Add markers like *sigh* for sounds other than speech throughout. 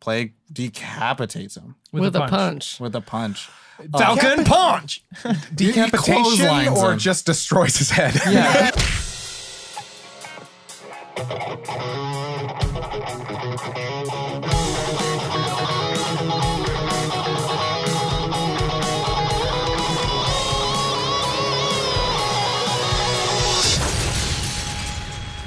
Plague decapitates him with, a punch. with a punch. Falcon punch. clotheslines Decapitation or him. just destroys his head. Yeah.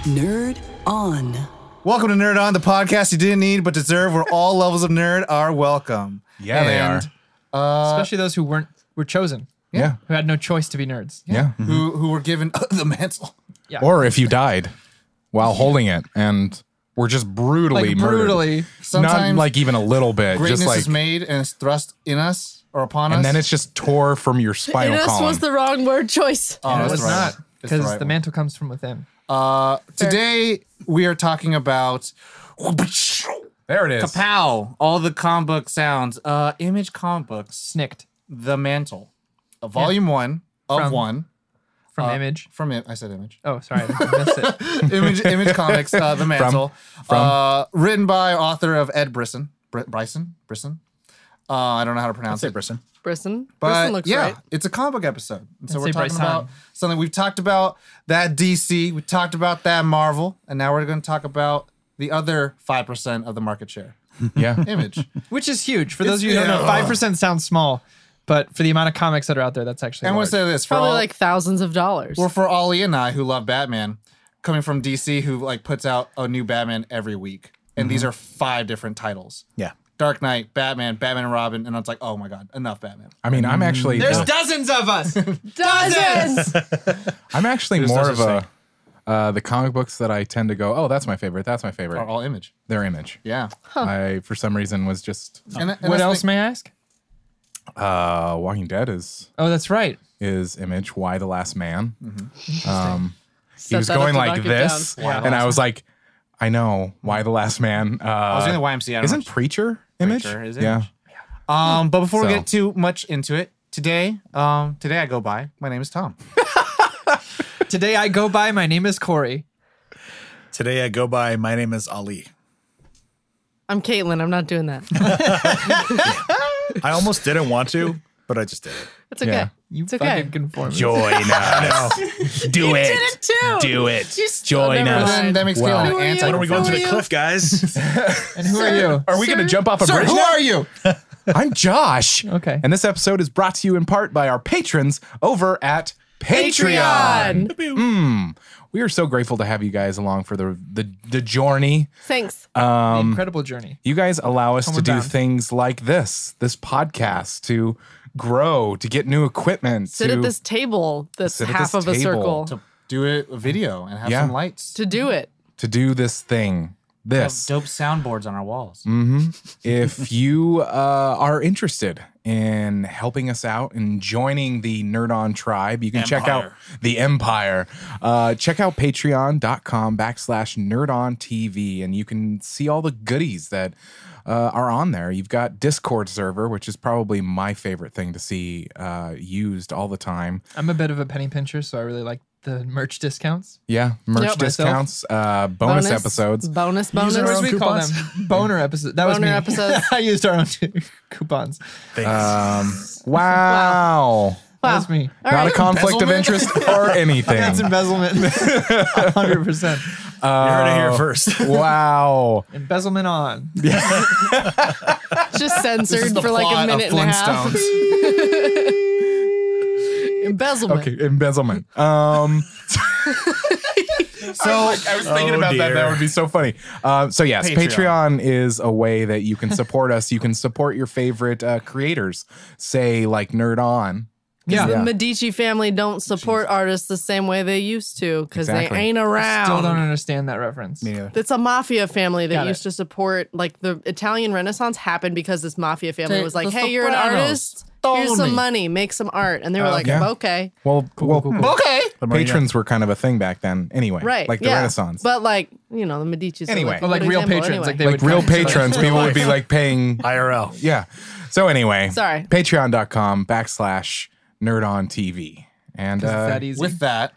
Nerd on. Welcome to Nerd On, the podcast you didn't need but deserve, where all *laughs* levels of nerd are welcome. Yeah, they And are. Uh, Especially those who weren't were chosen, Yeah. who had no choice to be nerds. Yeah. Who who were given *laughs* the mantle? Yeah. Or if you died while holding it and were just brutally Like, murdered. brutally. Not Sometimes like even a little bit. Greatness Just like is made and it's thrust in us or upon us. and then it's just tore from your spinal Inus column. was the wrong word choice. oh, And it that's was right. not That's the because right the one. mantle comes from within. Uh, today we are talking about there it is. kapow, all the comic book sounds. Uh, image comic books, Snicked the mantle, Uh, volume one of From- one from Uh, image. from it. I said image. *laughs* Oh, sorry, I missed it. image, image comics, uh, the mantle, Uh, written by author of Ed Brisson, Br- Bryson, Brisson. Uh, I don't know how to pronounce it. Brisson. Brisson. But Brisson looks yeah, right. it's a comic book episode. And so I'd we're say talking Bryson. about something we've talked about that DC, we talked about that Marvel, and now we're going to talk about the other 5% of the market share. *laughs* Yeah. Image. Which is huge for those of you who don't know. yeah. Five percent sounds small, but for the amount of comics that are out there, that's actually. and we'll large. say this for Probably all, like thousands of dollars. or for Ollie and I who love Batman, coming from DC who like puts out a new Batman every week. And these Mm-hmm. are five different titles. Yeah. Dark Knight, Batman, Batman and Robin, and it's like, oh my god, enough Batman. I mean, I'm actually uh, There's dozens of us. Dozens. I'm actually more no of such a uh, the comic books that I tend to go, oh, that's my favorite. That's my favorite. Are all image. Their image. Yeah. I for some reason was just And, and *laughs* what that's else the- may I ask? uh, Walking Dead is Oh, that's right. is image. Why the Last Man? Um, he Set was that up going to like knock it this, down. and I was like, I know why the Last Man. Uh, I was in the YMCA. I don't know isn't if- Preacher image? Preacher is yeah. Image. Um, but before we So. get too much into it, today, um, today I go by. My name is Tom. Today I go by. My name is Corey. Today I go by. My name is Ali. I'm Caitlin. I'm not doing that. I almost didn't want to, but I just did it. It's okay. Yeah. You It's okay. fucking conform. *laughs* Join us. Do You did it too. Do it. You s- Join oh, never us. mind. Then that makes Well. Caitlin Who an are you? anti. When are we going to Who the are you? cliff, *laughs* guys? And who are you? Are we going to jump off a bridge? who now? are you? I'm Josh. Okay. And this episode is brought to you in part by our patrons over at Patreon. Patreon. We are so grateful to have you guys along for the the, the journey. Thanks. The Um, incredible journey. You guys allow us to Homeward do bound. things like this, this podcast, to grow, to get new equipment, Sit to at this table that's Sit at half this of a table. circle to, To do a video and have Yeah. some lights. do it. to do this thing. This. Dope soundboards on our walls. if you uh, are interested in helping us out and joining the Nerd On tribe, you can check out Empire. the Empire. Uh, check out patreon.com backslash Nerd On TV, and you can see all the goodies that uh, are on there. You've got Discord server, which is probably my favorite thing to see uh, used all the time. I'm a bit of a penny pincher, so I really like the merch discounts. Yeah, merch Yep. discounts, uh, bonus, *laughs* episodes. Bonus, bonus. Or as own we call them, coupons? boner episodes. That was Boner me. episodes. *laughs* I used our own coupons. Thanks. Um, wow. That Wow. was me. All Not a right. conflict of Embezzlement? interest *laughs* or anything. That's embezzlement. 100%. you heard it here first. *laughs* wow. Embezzlement on. *laughs* Just censored for like a minute and a half. *laughs* Embezzlement. Okay, embezzlement. Um, so *laughs* I was thinking Oh, about that. That dear. would be so funny. Uh, so yes, Patreon. Patreon. is a way that you can support us. You can support your favorite uh, creators, say like Nerd On. Yeah. The Medici family don't support artists the same way they used to because Exactly. they ain't Still don't around. understand that reference. It's a mafia family that Got it. used to support like the Italian Renaissance happened because this mafia family They- was like, the "Hey, you're an Sopranos artist. stole Here's some me." money. Make some art." And they were like, yeah. "Okay, Well, well, Okay. *laughs* patrons were kind of a thing back then. Anyway, right, like the yeah. Renaissance. But like, you know, the Medici's are, Anyway. like, a Or like good real example patrons. anyway. Like they like would real come to us. patrons, people *laughs* would be like paying. IRL. Yeah. So anyway, Sorry. Patreon.com backslash Nerd On TV. And uh, It's that easy. With that,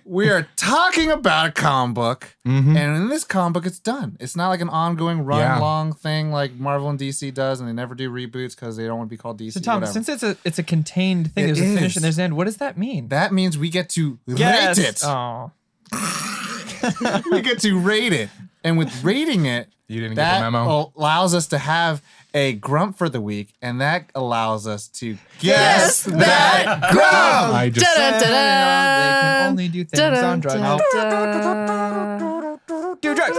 *laughs* we are talking about a comic book, Mm-hmm. and in this comic book, it's done. It's not like an ongoing Yeah. run long thing like Marvel and DC does, and they never do reboots because they don't want to be called DC. So Tom, whatever. since it's a it's a contained thing, It there's a finish is. and there's an end. What does that mean? that means we get to Yes. rate *laughs* it. Oh, we get to rate it, and with rating it, You didn't get that the memo. allows us to have a grump for the week, and that allows us to guess Yes, that grump. I just Da-da. they can Dun-dun-dun. only do things on drugs. Da-da-da-da. Do drugs.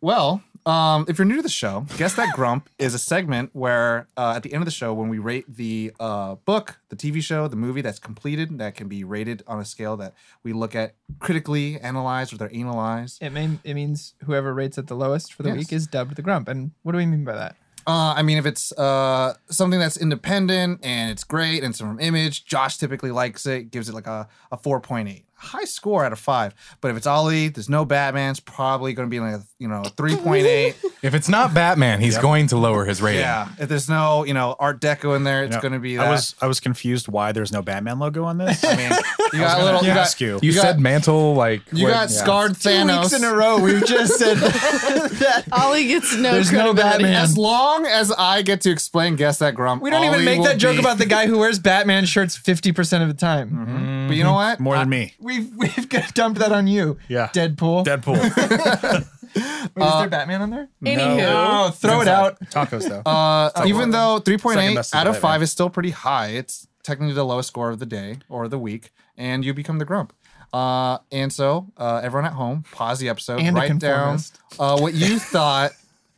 Well, um, if you're new to the show, Guess That *laughs* Grump is a segment where uh, at the end of the show, when we rate the uh, book, the TV show, the movie that's completed, that can be rated on a scale that we look at critically, analyzed, or they're analyzed. It mean it means whoever rates at the lowest for the Yes. week is dubbed the grump. And what do we mean by that? Uh, I mean, if it's uh, something that's independent and it's great and it's from Image, Josh typically likes it, gives it like a, a 4.8. High score out of five. But if it's Ollie, there's no Batman, it's probably going to be like, a, you know, *laughs* 3.8. if it's not Batman, he's going to lower his rating. Yeah, if there's no you know Art Deco in there, it's No, going to be. That. I was I was confused why there's no Batman logo on this. I *laughs* mean, You got a little. You got, ask you. You, You said got- mantle like you what- got yeah. scarred Thanos. *laughs* row, we've just said that. Ollie gets no There's no credibility. Batman. As long as I get to explain, guess that grump. We don't even Ollie make will that joke be- about the guy who wears Batman shirts 50% of the time. Mm-hmm. Mm-hmm. But you know what? more than me. We've we've got- dumped that on you. Yeah. Deadpool. Deadpool. Wait, is Uh, there Batman on there? Anywho, Oh, throw it out. Tacos though. Uh, even though Second 3.8 best of out of Batman. five is still pretty high, it's technically the lowest score of the day or the week, and you become the grump. Uh, and so uh, everyone at home, pause the episode, And a write down conformist. uh, what you thought,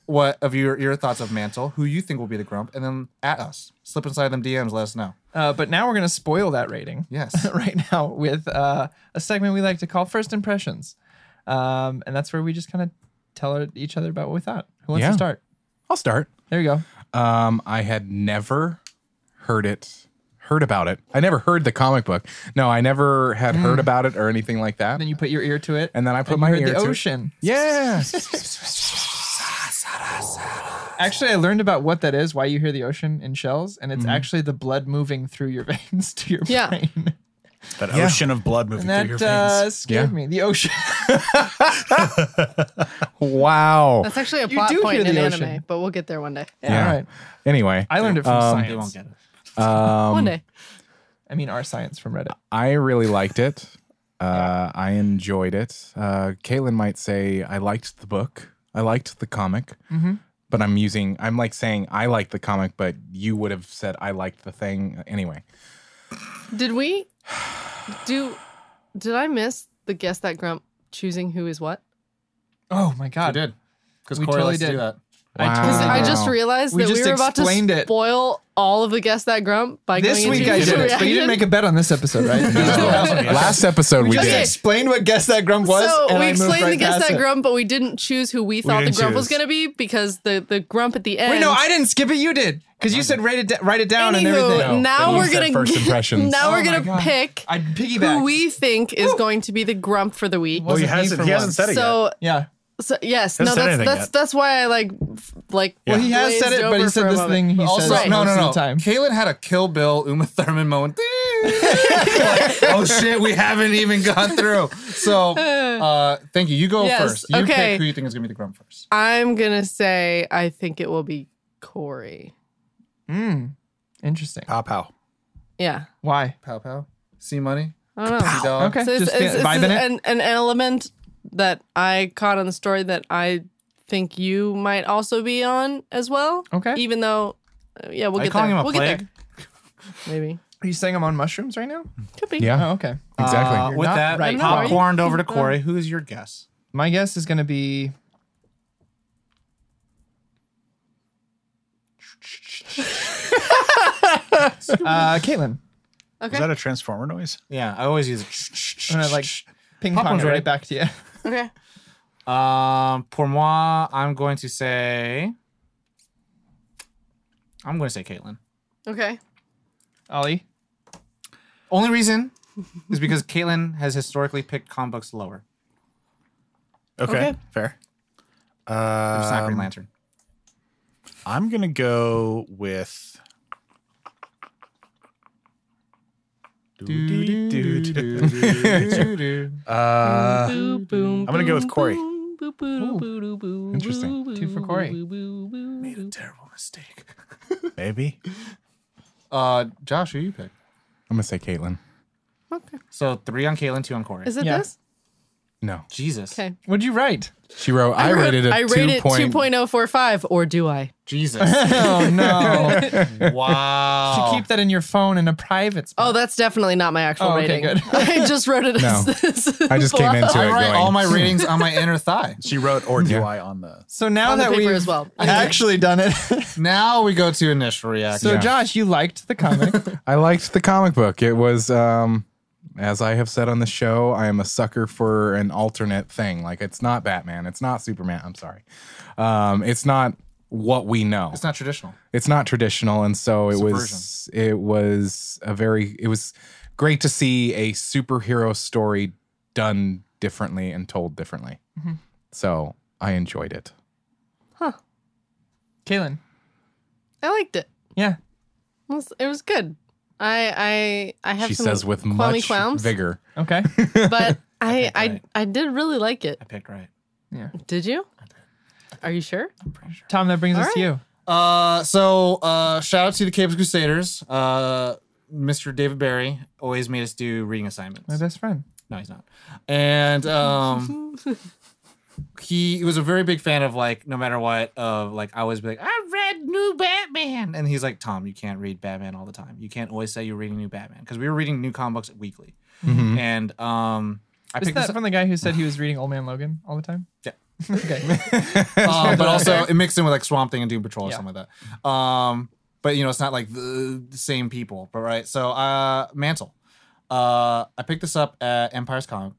what of your your thoughts of Mantle, who you think will be the grump, and then at us, slip inside them DMs, let us know. Uh, but now we're going to spoil that rating. Yes. *laughs* right now with uh, a segment we like to call First Impressions. Um, and that's where we just kind of tell our- each other about what we thought. Who wants Yeah. to start? I'll start. There you go. Um, I had never heard it, heard about it. I never heard the comic book. No, I never had heard Mm. about it or anything like that. Then you put your ear to it. And then I put you my heard ear the to it. ocean. yeah. *laughs* Actually, I learned about what that is, why you hear the ocean in shells, and Mm-hmm. it's actually the blood moving through your *laughs* veins to your Yeah. brain. that ocean of blood moving And through your that veins. uh, scared Yeah. me. The ocean. *laughs* wow. that's actually a You plot do point hear in the anime, ocean. but we'll get there one day. Yeah. All right. Anyway, I learned it from um, science. They won't get it. one day. I mean, our science from Reddit. I really liked it. Uh, I enjoyed it. Uh, Caitlin might say I liked the book. I liked the comic. But I'm using. I'm like saying I liked the comic, but you would have said I liked the thing anyway. Did we do? Did I miss the guess that grump choosing who is what? Oh my God. We did. Because We Corey totally likes to do did. that. I Wow. totally I did. just Wow. realized We that we just were about explained to it. spoil all of the guess that grump by This going week into I your did it, but you didn't reaction. make a bet on this episode, *laughs* right? Last episode we, Just did. explained what guess that grump was. so and we I moved explained right the guess past that it. grump, but we didn't choose who we thought the didn't grump was choose. going to be because the the grump at the end. Wait, no, I didn't skip it. You did because you said write it, da- write it down and everything. Anywho, but now you we're said gonna first *laughs* get- impressions. now Oh we're my gonna God. pick I piggybacked. who we think is going to be the grump for the week. well, he wasn't me hasn't. for He hasn't once. said it yet. So, yeah. so yes, Hasn't no, said that's anything that's yet. that's why I like f- like. Well, he has said glazed it, but he over for said a this moment. thing. He Also, says no, no, most no. Of the time. Caitlin had a Kill Bill Uma Thurman moment. *laughs* Like, oh shit, we haven't even gone through. *sighs* So, uh, thank you. You go Yes, first. You okay. pick who you think is gonna be the grump first. I'm gonna say I think it will be Corey. Mm. Interesting. Pow pow. Yeah, Why? Pow pow. See money. I don't know. See dog. Okay. *laughs* So it's, Just it's, it's vibing it? an, an element that I caught on the story that I think you might also be on as well. Okay. Even though, uh, yeah, we'll Are you get calling there. him a we'll get plague? there. Maybe Are you saying I'm on mushrooms right now? could be. Yeah, Oh, okay. exactly. You're Uh, With not that, right now, are you? popcorned over to Corey. Who is your guess? My guess is going to be. uh, Caitlin. Is that a transformer noise? Yeah, I always use it. I'm gonna like ping Pop pong one's it right ready. back to you. Okay. Um, pour moi, I'm going to say. I'm going to say Caitlin. Okay. Ollie. Only reason is because Caitlin has historically picked comic books lower. Okay, Okay. fair. It's not Green *laughs* Lantern. I'm gonna go with. *laughs* Uh, Boom, boom, I'm gonna go with boom, Corey. boom, boom, boom, boom, boom, boom, interesting. boom, Two for boom, Corey. boom, boom, boom, boom. Terrible mistake. Maybe. Uh, Josh, who you pick? I'm gonna say Caitlin. So three on Caitlin, two on Corey. Is it Yeah. this? No, Jesus. Okay. What'd you write? she wrote. *laughs* I, rated it. I two rated point. 2.045, or do I? *laughs* Jesus. Oh no! *laughs* wow. To keep that in your phone in a private spot. Oh, that's definitely not my actual Oh, okay, rating. *laughs* I just wrote it No. as this. I just *laughs* came into I it write *laughs* going. all my ratings on my inner thigh. She wrote or do I on the So now On the that paper we've as well. *laughs* actually done it, *laughs* Now we go to initial reaction. so Josh, you liked the *laughs* comic. I liked the comic book. It was, um, as I have said on the show, I am a sucker for an alternate thing. Like it's not Batman, it's not Superman. I'm sorry, um, it's not what we know. it's not traditional. it's not traditional and so it was it was a very it was great to see a superhero story done differently and told differently Mm-hmm. so i enjoyed it Kaylin, I liked it. yeah, It was, it was good. I I I have she some says with qualmy much qualms, vigor *laughs* okay. but I I right. I did really like it. I picked right. Did you? Are you sure? Tom, that brings All us to you. Uh, so uh, shout out to the Capes Crusaders. Uh, Mr. David Barry always made us do reading assignments. My best friend. No, he's not. And um, he was a very big fan of like no matter what of like I always be like I read New Batman, and he's like Tom, you can't read Batman all the time. You can't always say you're reading New Batman because we were reading new comic books weekly. And um, I Isn't picked that this up, from the guy who said he was reading Old Man Logan all the time? Yeah. *laughs* okay. *laughs* *laughs* uh, but also it mixed in with like Swamp Thing and Doom Patrol or Yeah. something like that. Um, but you know it's not like the same people, but right. So uh, Mantle, uh, I picked this up at Empire's Comic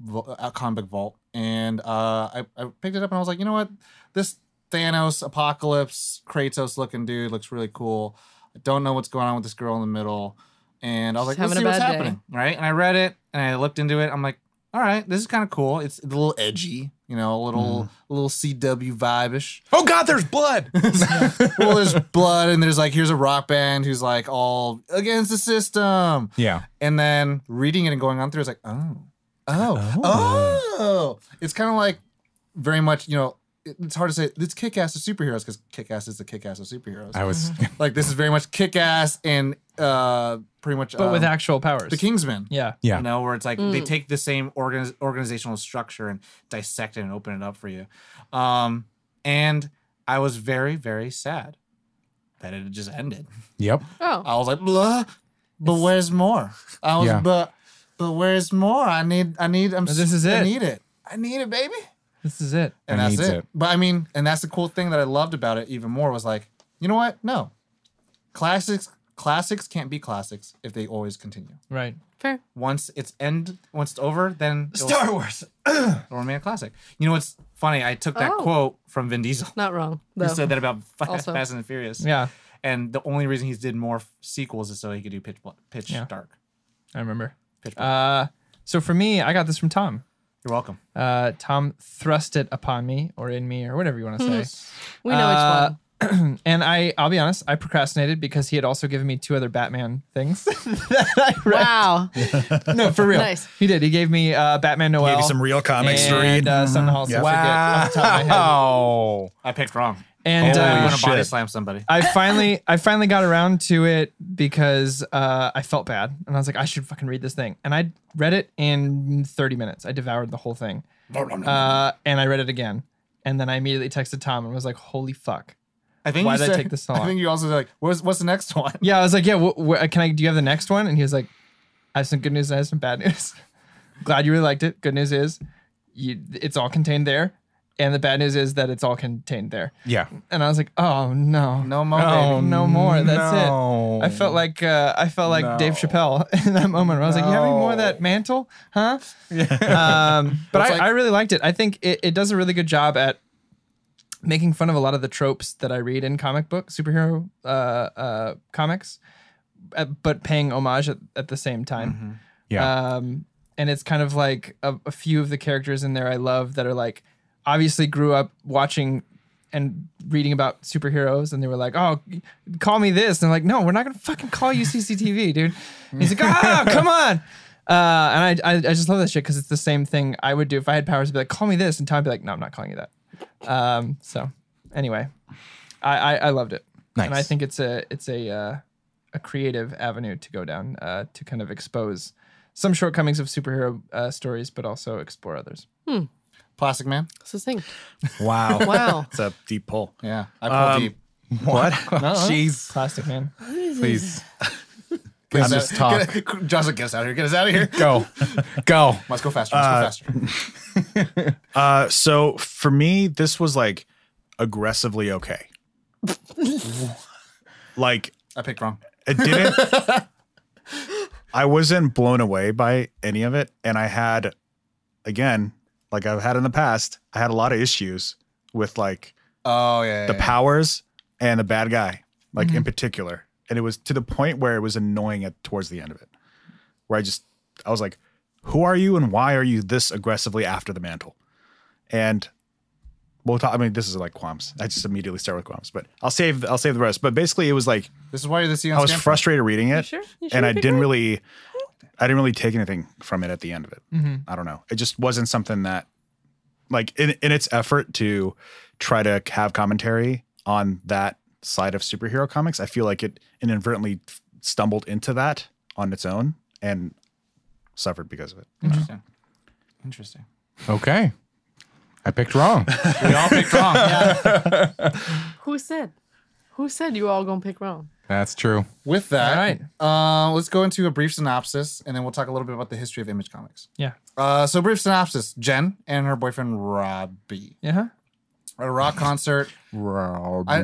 vo- uh, comic book vault, and uh, I, I picked it up and I was like, you know what, this Thanos apocalypse Kratos looking dude looks really cool. I don't know what's going on with this girl in the middle, and I was She's like, let's see having a what's bad day. happening, right? And I read it and I looked into it. I'm like, all right, this is kind of cool. It's a little edgy, you know, a little a little CW vibe-ish. oh god there's blood well, there's blood and there's like here's a rock band who's like all against the system. yeah And then reading it and going on through, it's like, oh, oh, oh. It's kind of like very much, you know, it- it's hard to say it's kick ass of superheroes because kick ass is the kick ass of superheroes. i was Mm-hmm. like, this is very much kick ass and uh, pretty much But um, with actual powers. the Kingsman. Yeah. yeah You know, where it's like they take the same organiz- organizational structure and dissect it and open it up for you. Um, and I was very, very sad that it had just ended. *laughs* yep Oh, I was like, blah, but where's more? I was, Yeah. but, but where's more? I need, I need, I'm, But this is I it. need it. I need it, baby. This is it. And I that's needs it. it. But I mean, and that's the cool thing that I loved about it even more was like, you know what? No, classics, classics can't be classics if they always continue. Right. fair. Once it's end, once it's over, then it'll- *coughs* Wars. it'll remain a classic. You know what's funny? I took that Oh. quote from Vin Diesel. *laughs* Not wrong. Who Though. said that about Fast, Also. Fast and the Furious? Yeah. And the only reason he's did more f- sequels is so he could do Pitch Bla- Pitch Yeah. Dark. I remember. Pitch Black. Uh, so for me, I got this from Tom. You're welcome. Uh, Tom thrust it upon me or in me or whatever you want to *laughs* say. We know Uh, which one. *clears throat* and I, I'll be honest, I procrastinated because he had also given me two other Batman *laughs* things that I read. *laughs* Wow. No, for real. Nice. He did. He gave me uh, Batman Noel. Gave you some real comics to and, read. Mm-hmm. Uh, Son of the Hall's Yeah. Off the top of my head. wow I picked wrong. And Holy I'm uh, gonna body shit. slam somebody. I finally, I finally got around to it because uh, I felt bad, and I was like, I should fucking read this thing. And I read it in 30 minutes. I devoured the whole thing, uh, and I read it again. And then I immediately texted Tom and was like, "Holy fuck!" I think why you did I said- take this so *laughs* long? I think you also said, like, what's what's the next *laughs* one? Yeah, I was like, "Yeah, wh- wh- can I? Do you have the next one?" And he was like, "I have some good news and I have some bad news. *laughs* Glad you really liked it. Good news is, you, it's all contained there, and the bad news is that it's all contained there." yeah Oh, And I was like, "Oh no, Oh, No more, baby. no more. That's it." no. I felt like uh, I felt like Dave No. Chappelle *laughs* in that moment. Where I was like, "You have any more of that mantle, huh?" *laughs* um, but I, Well, it's like- I really liked it. I think it, it does a really good job at making fun of a lot of the tropes that I read in comic book superhero uh, uh, comics, uh, but paying homage at, at the same time. Mm-hmm. yeah Um, and it's kind of like a, a few of the characters in there I love that are like obviously grew up watching and reading about superheroes, and they were like, "Oh, call me this," and I'm like, "No, we're not gonna fucking call you CCTV, dude." And he's like, "Ah, come on." Uh, and I, I, I just love that shit because it's the same thing I would do if I had powers. I'd be like, "Call me this," and Tom would be like, "No, I'm not calling you that." Um, so anyway, I, I, I loved it, and I Nice. think it's a it's a uh, a creative avenue to go down uh, to kind of expose some shortcomings of superhero uh, stories, but also explore others. Plastic Man. Succinct. Wow. *laughs* Wow. It's a deep pull. Yeah, I pulled Um, deep. *laughs* What? Jeez, Plastic man. *laughs* please. Get us just out- *laughs* talk. Get, Jocelyn, get us out of here. Get us out of here. *laughs* Go, go. Must go faster. Must go faster. Uh, so for me, this was like aggressively okay. *laughs* like I picked wrong. it didn't. I wasn't blown away by any of it, and I had, again, like I've had in the past, I had a lot of issues with like Oh yeah. the yeah, powers and the bad guy, like in particular. And it was to the point where it was annoying at towards the end of it, where I just I was like, "Who are you, and why are you this aggressively after the mantle?" And we'll talk. I mean, this is like qualms. I just immediately start with qualms, but I'll save I'll save the rest. But basically, it was like yeah. This is why you're the CEO. I was frustrated reading it, sure? You sure and I you picked didn't that? really, I didn't really take anything from it at the end of it. Mm-hmm. I don't know. It just wasn't something that, like, in in its effort to try to have commentary on that side of superhero comics, I feel like it inadvertently stumbled into that on its own and suffered because of it. Interesting. Interesting. Okay, I picked wrong. We all picked wrong. Who said? Who said you all gonna pick wrong? That's true. With that, All right. uh, let's go into a brief synopsis, and then we'll talk a little bit about the history of Image Comics. Yeah. Uh, so, brief synopsis: Jen and her boyfriend Robbie Yeah. huh? at a rock concert. I,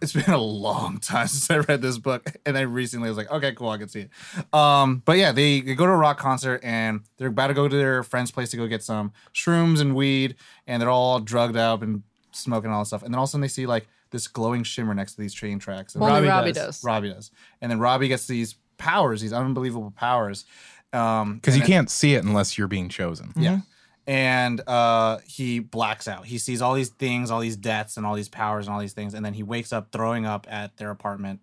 it's been a long time *laughs* since I read this book, and I recently was like, okay, cool, I can see it. Um, but yeah, they, they go to a rock concert, and they're about to go to their friend's place to go get some shrooms and weed, and they're all drugged up and smoking all that stuff. And then all of a sudden, they see like this glowing shimmer next to these train tracks. And Only Robbie Robbie does. does. Robbie does. And then Robbie gets these powers, these unbelievable powers. Um, Because you and- can't see it unless you're being chosen. Yeah. And uh, he blacks out. He sees all these things, all these deaths, and all these powers, and all these things. And then he wakes up throwing up at their apartment.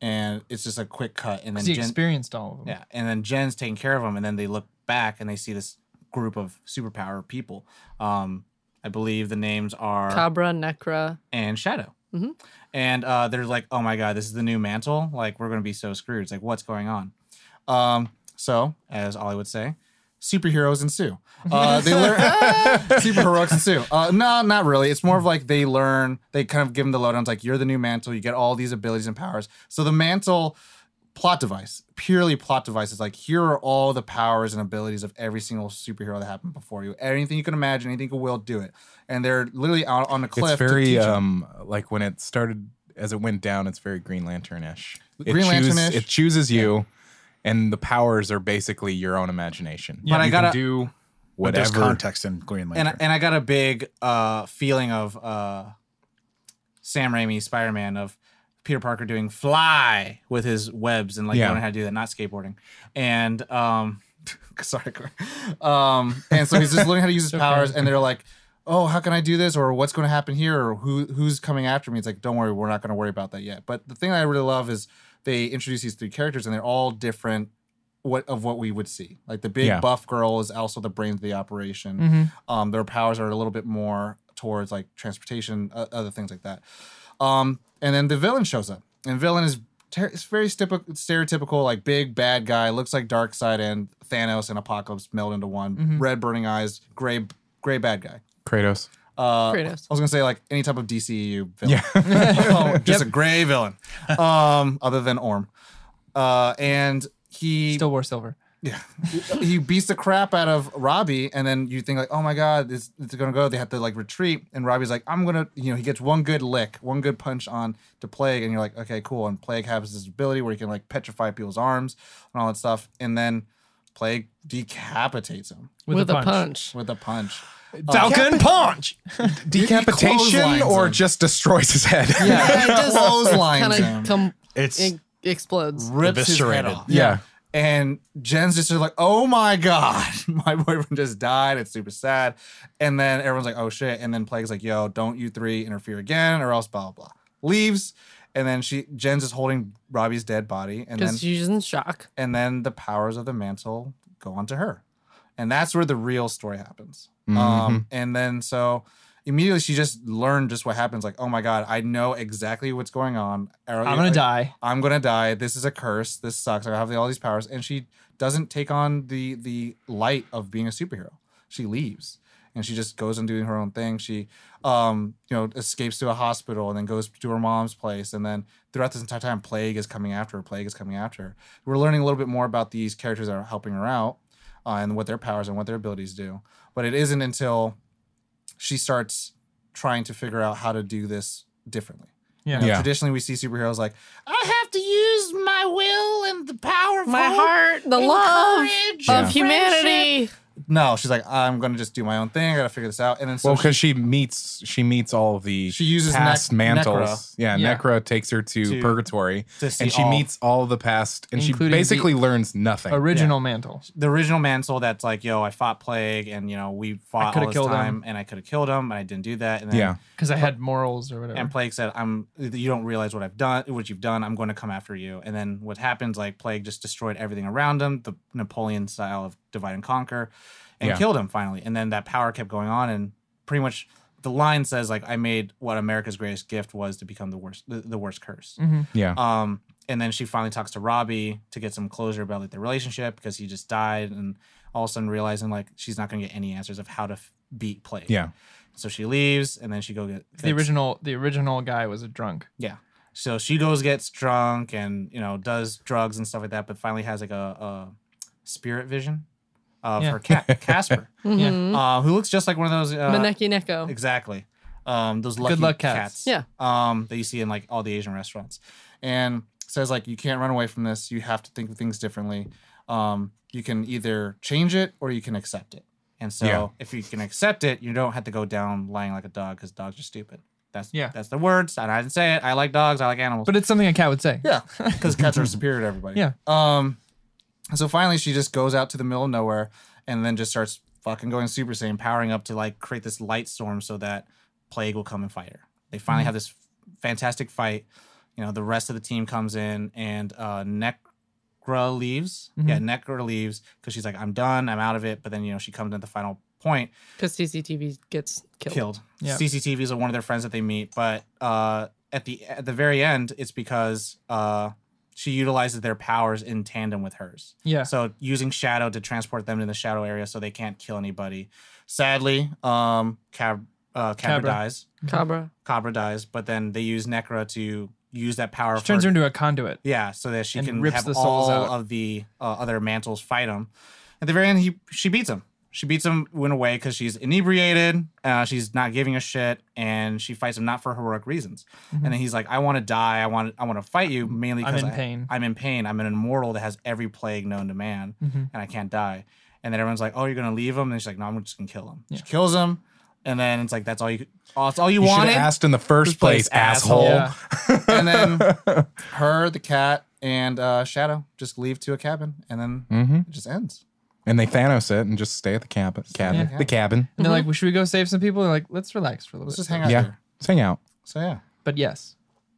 And it's just a quick cut. And then 'Cause he Jen, experienced all of them. yeah. And then Jen's taking care of him. And then they look back and they see this group of superpower people. Um, I believe the names are Cabra, Necra. and Shadow. And uh, they're like, oh my God, this is the new mantle. Like, we're going to be so screwed. It's like, what's going on? Um, so, as Ollie would say, superheroes ensue. Uh, they learn *laughs* superheroics ensue. Uh, no, not really. It's more of like they learn, they kind of give them the lowdown. It's like, you're the new mantle. You get all these abilities and powers. So, the mantle plot device, purely plot device. It's like here are all the powers and abilities of every single superhero that happened before you. Anything you can imagine, anything you will, do it. And they're literally out on a cliff. It's to very teach them. um like when it started as it went down. It's very Green Lantern ish. Green Lantern-ish. It chooses you, and the powers are basically your own imagination. But I You gotta- can do But there's whatever. context in Green Lantern. and I- and I got a big uh, feeling of uh, Sam Raimi Spider Man of Peter Parker doing fly with his webs and like Yeah. learning how to do that, not skateboarding. And um, *laughs* sorry, Cor- um, and so he's just learning how to use his powers, and they're like. Oh, how can I do this? Or what's going to happen here? Or who who's coming after me? It's like, don't worry, we're not going to worry about that yet. But the thing that I really love is they introduce these three characters, and they're all different what of what we would see. Like the big Yeah. buff girl is also the brains of the operation. Um, their powers are a little bit more towards like transportation, uh, other things like that. Um, and then the villain shows up, and villain is ter- it's very stipi- stereotypical, like big bad guy, looks like Darkseid and Thanos and Apocalypse meld into one. Red burning eyes, gray gray bad guy. Kratos. Uh, Kratos. I was gonna say like any type of DCEU *laughs* villain. *laughs* Oh, just a gray villain. Um, other than Orm. Uh, and he Still wore silver. yeah, he beats the crap out of Robbie, and then you think like, oh my god, it's, it's gonna go. They have to like retreat, and Robbie's like, I'm gonna, you know, he gets one good lick, one good punch on to Plague, and you're like, okay, cool. And Plague has this ability where he can like petrify people's arms and all that stuff, and then Plague decapitates him With, a punch. with a punch. Oh, Falcon punch. Decapitation clotheslines or him. just destroys his head. *laughs* Yeah, it just *laughs* Clotheslines kind him. of com- it's it explodes. rips his head Eviscerated. off. Yeah. And Jen's just like, oh my God, *laughs* my boyfriend just died. It's super sad. And then everyone's like, oh shit. And then Plague's like, yo, don't you three interfere again or else blah, blah, blah. Leaves. And then she, Jen's is holding Robbie's dead body. And then Because she's in shock. and then the powers of the mantle go onto her and that's where the real story happens Mm-hmm. um, and then so immediately she just learned just what happens like oh my god i know exactly what's going on Arrow- I'm gonna like, die. i'm gonna die this is a curse this sucks i have all these powers and she doesn't take on the the light of being a superhero she leaves and she just goes and doing her own thing she um you know escapes to a hospital and then goes to her mom's place and then throughout this entire time plague is coming after her plague is coming after her we're learning a little bit more about these characters that are helping her out uh, and what their powers and what their abilities do but it isn't until she starts trying to figure out how to do this differently You Yeah. know, Yeah. traditionally we see superheroes like i have to use my will and the power of My hope." heart, the love courage of and humanity. no she's like i'm gonna just do my own thing i gotta figure this out and then so well, she- because she meets she meets all of the She uses past Nec- mantles. Necra. Yeah, Yeah. Necra takes her to, To- purgatory, to see and she all- meets all the past, and Including she basically learns nothing. Original mantle. the original Mansell that's like, yo, I fought plague and you know we fought all coulda this killed time him. and I could have killed him and I didn't do that. And then, yeah, Because I had morals or whatever. And plague said, I'm you don't realize what I've done, what you've done. I'm going to come after you. And then what happens? Like plague just destroyed everything around him, the Napoleon style of divide and conquer, and Yeah. killed him finally. And then that power kept going on and pretty much. The line says like I made what America's greatest gift was to become the worst the, the worst curse. Mm-hmm. yeah. Um, and then she finally talks to Robbie to get some closure about like the relationship because he just died, and all of a sudden realizing like she's not going to get any answers of how to f- beat plague. Yeah. So she leaves, and then she go get the original the original guy was a drunk. Yeah. So she goes gets drunk and you know does drugs and stuff like that, but finally has like a, a spirit vision of Yeah. her *laughs* cat Casper, Mhm. uh, who looks just like one of those uh, Maneki Neko. Exactly. Um, those lucky Good luck cats. cats. Yeah. Um, that you see in like all the Asian restaurants, and says like you can't run away from this. You have to think of things differently. Um, you can either change it or you can accept it. And so Yeah. if you can accept it, you don't have to go down lying like a dog because dogs are stupid. That's Yeah. That's the words, and I didn't say it. I like dogs. I like animals. But it's something a cat would say. Yeah, *laughs* because cats are superior to everybody. Yeah. Um, and so finally, she just goes out to the middle of nowhere and then just starts fucking going Super Saiyan, powering up to like create this light storm so that Plague will come and fight her. They finally have this fantastic fight. You know, the rest of the team comes in and uh, Necra leaves. Yeah, Necra leaves because she's like, I'm done, I'm out of it. But then, you know, she comes at the final point Because CCTV gets killed. killed. Yeah. CCTV is one of their friends that they meet, but uh, at the at the very end, it's because uh, she utilizes their powers in tandem with hers. Yeah. So using shadow to transport them to the shadow area, so they can't kill anybody. Sadly, um, Cab uh, Cabra, Cabra. dies. *laughs* Cabra. Cabra dies, but then they use Necra to use that power. She of turns her her- into a conduit. yeah, so that she And can rips have the all souls out. of the uh, other mantles fight him. At the very end, he she beats him. She beats him, went away because she's inebriated. Uh, she's not giving a shit, and she fights him not for heroic reasons. And then he's like, "I want to die. I want. I want to fight you mainly Mm-hmm. I'm because in pain." I'm in pain. I'm an immortal that has every plague known to man, Mm-hmm. and I can't die." And then everyone's like, "Oh, you're gonna leave him?" And she's like, "No, I'm just gonna kill him." She kills him, and then it's like, "That's all you. oh, That's all you, You should have wanted." asked in the first place, place, asshole. Yeah. and *laughs* then her, the cat, and uh, Shadow just leave to a cabin, and then Hmm. it just ends. Mm-hmm. And they Thanos it and just stay at the cabin. cabin The cabin. And they're like, well, should we go save some people? They're like, let's relax for a little Let's bit. just hang out yeah. here. Let's hang out. So yeah, but yes.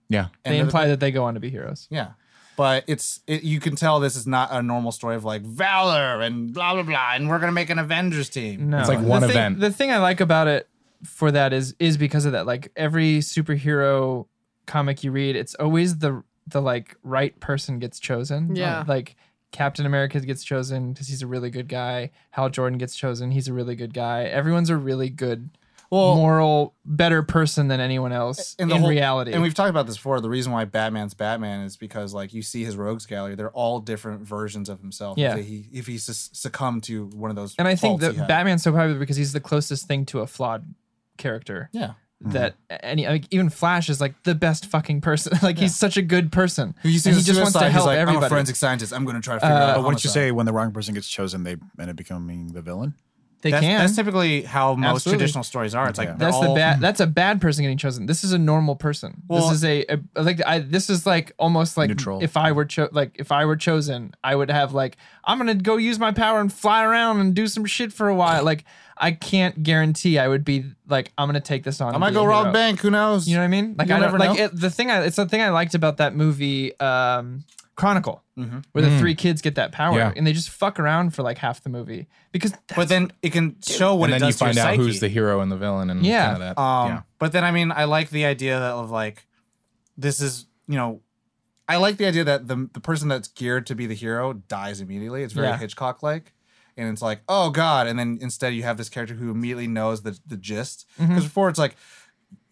Yeah. they End of the- imply that they go on to be heroes. yeah, but it's it, you can tell this is not a normal story of like valor and blah blah blah, and we're gonna make an Avengers team. No, It's like one the thing, event. The thing I like about it for that is is because of that. Like every superhero comic you read, it's always the the like right person gets chosen. Yeah. like Captain America gets chosen because he's a really good guy. Hal Jordan gets chosen; he's a really good guy. Everyone's a really good, moral, better person than anyone else in, the whole- reality. And we've talked about this before. The reason why Batman's Batman is because like you see his rogues gallery, they're all different versions of himself. Yeah. If he if he sus- succumbed to one of those, and I think faults he that had. Batman's so popular because he's the closest thing to a flawed character. yeah. that any like, even Flash is like the best fucking person. *laughs* like he's such a good person. You see And the he just wants suicide, to he's help like, I'm everybody. Uh, a forensic scientist. I'm going to try to figure out. But what did uh, you homicide." say when the wrong person gets chosen, they end up becoming the villain? They that's, can. That's typically how most Absolutely. traditional stories are. It's like they're That's the all- bad. That's a bad person getting chosen. This is a normal person. Well- this is a, a- like I. This is like almost like Neutral. If I were cho- like if I were chosen, I would have like I'm gonna go use my power and fly around and do some shit for a while. Like I can't guarantee I would be like I'm gonna take this on. I and might be go a rob a hero. bank. Who knows? You know what I mean? Like You'll I don't never like know. it, the thing. I, it's the thing I liked about that movie, um, Chronicle, Mm-hmm. where the three kids get that power Yeah. and they just fuck around for like half the movie because but then it can show what and it then you does find to your out psyche. who's the hero and the villain and Yeah. kind of that. Um, yeah. But then, I mean, I like the idea that of like, this is you know, I like the idea that the the person that's geared to be the hero dies immediately. It's very Yeah. Hitchcock like, and it's like, oh god, and then instead you have this character who immediately knows the the gist because before it's like.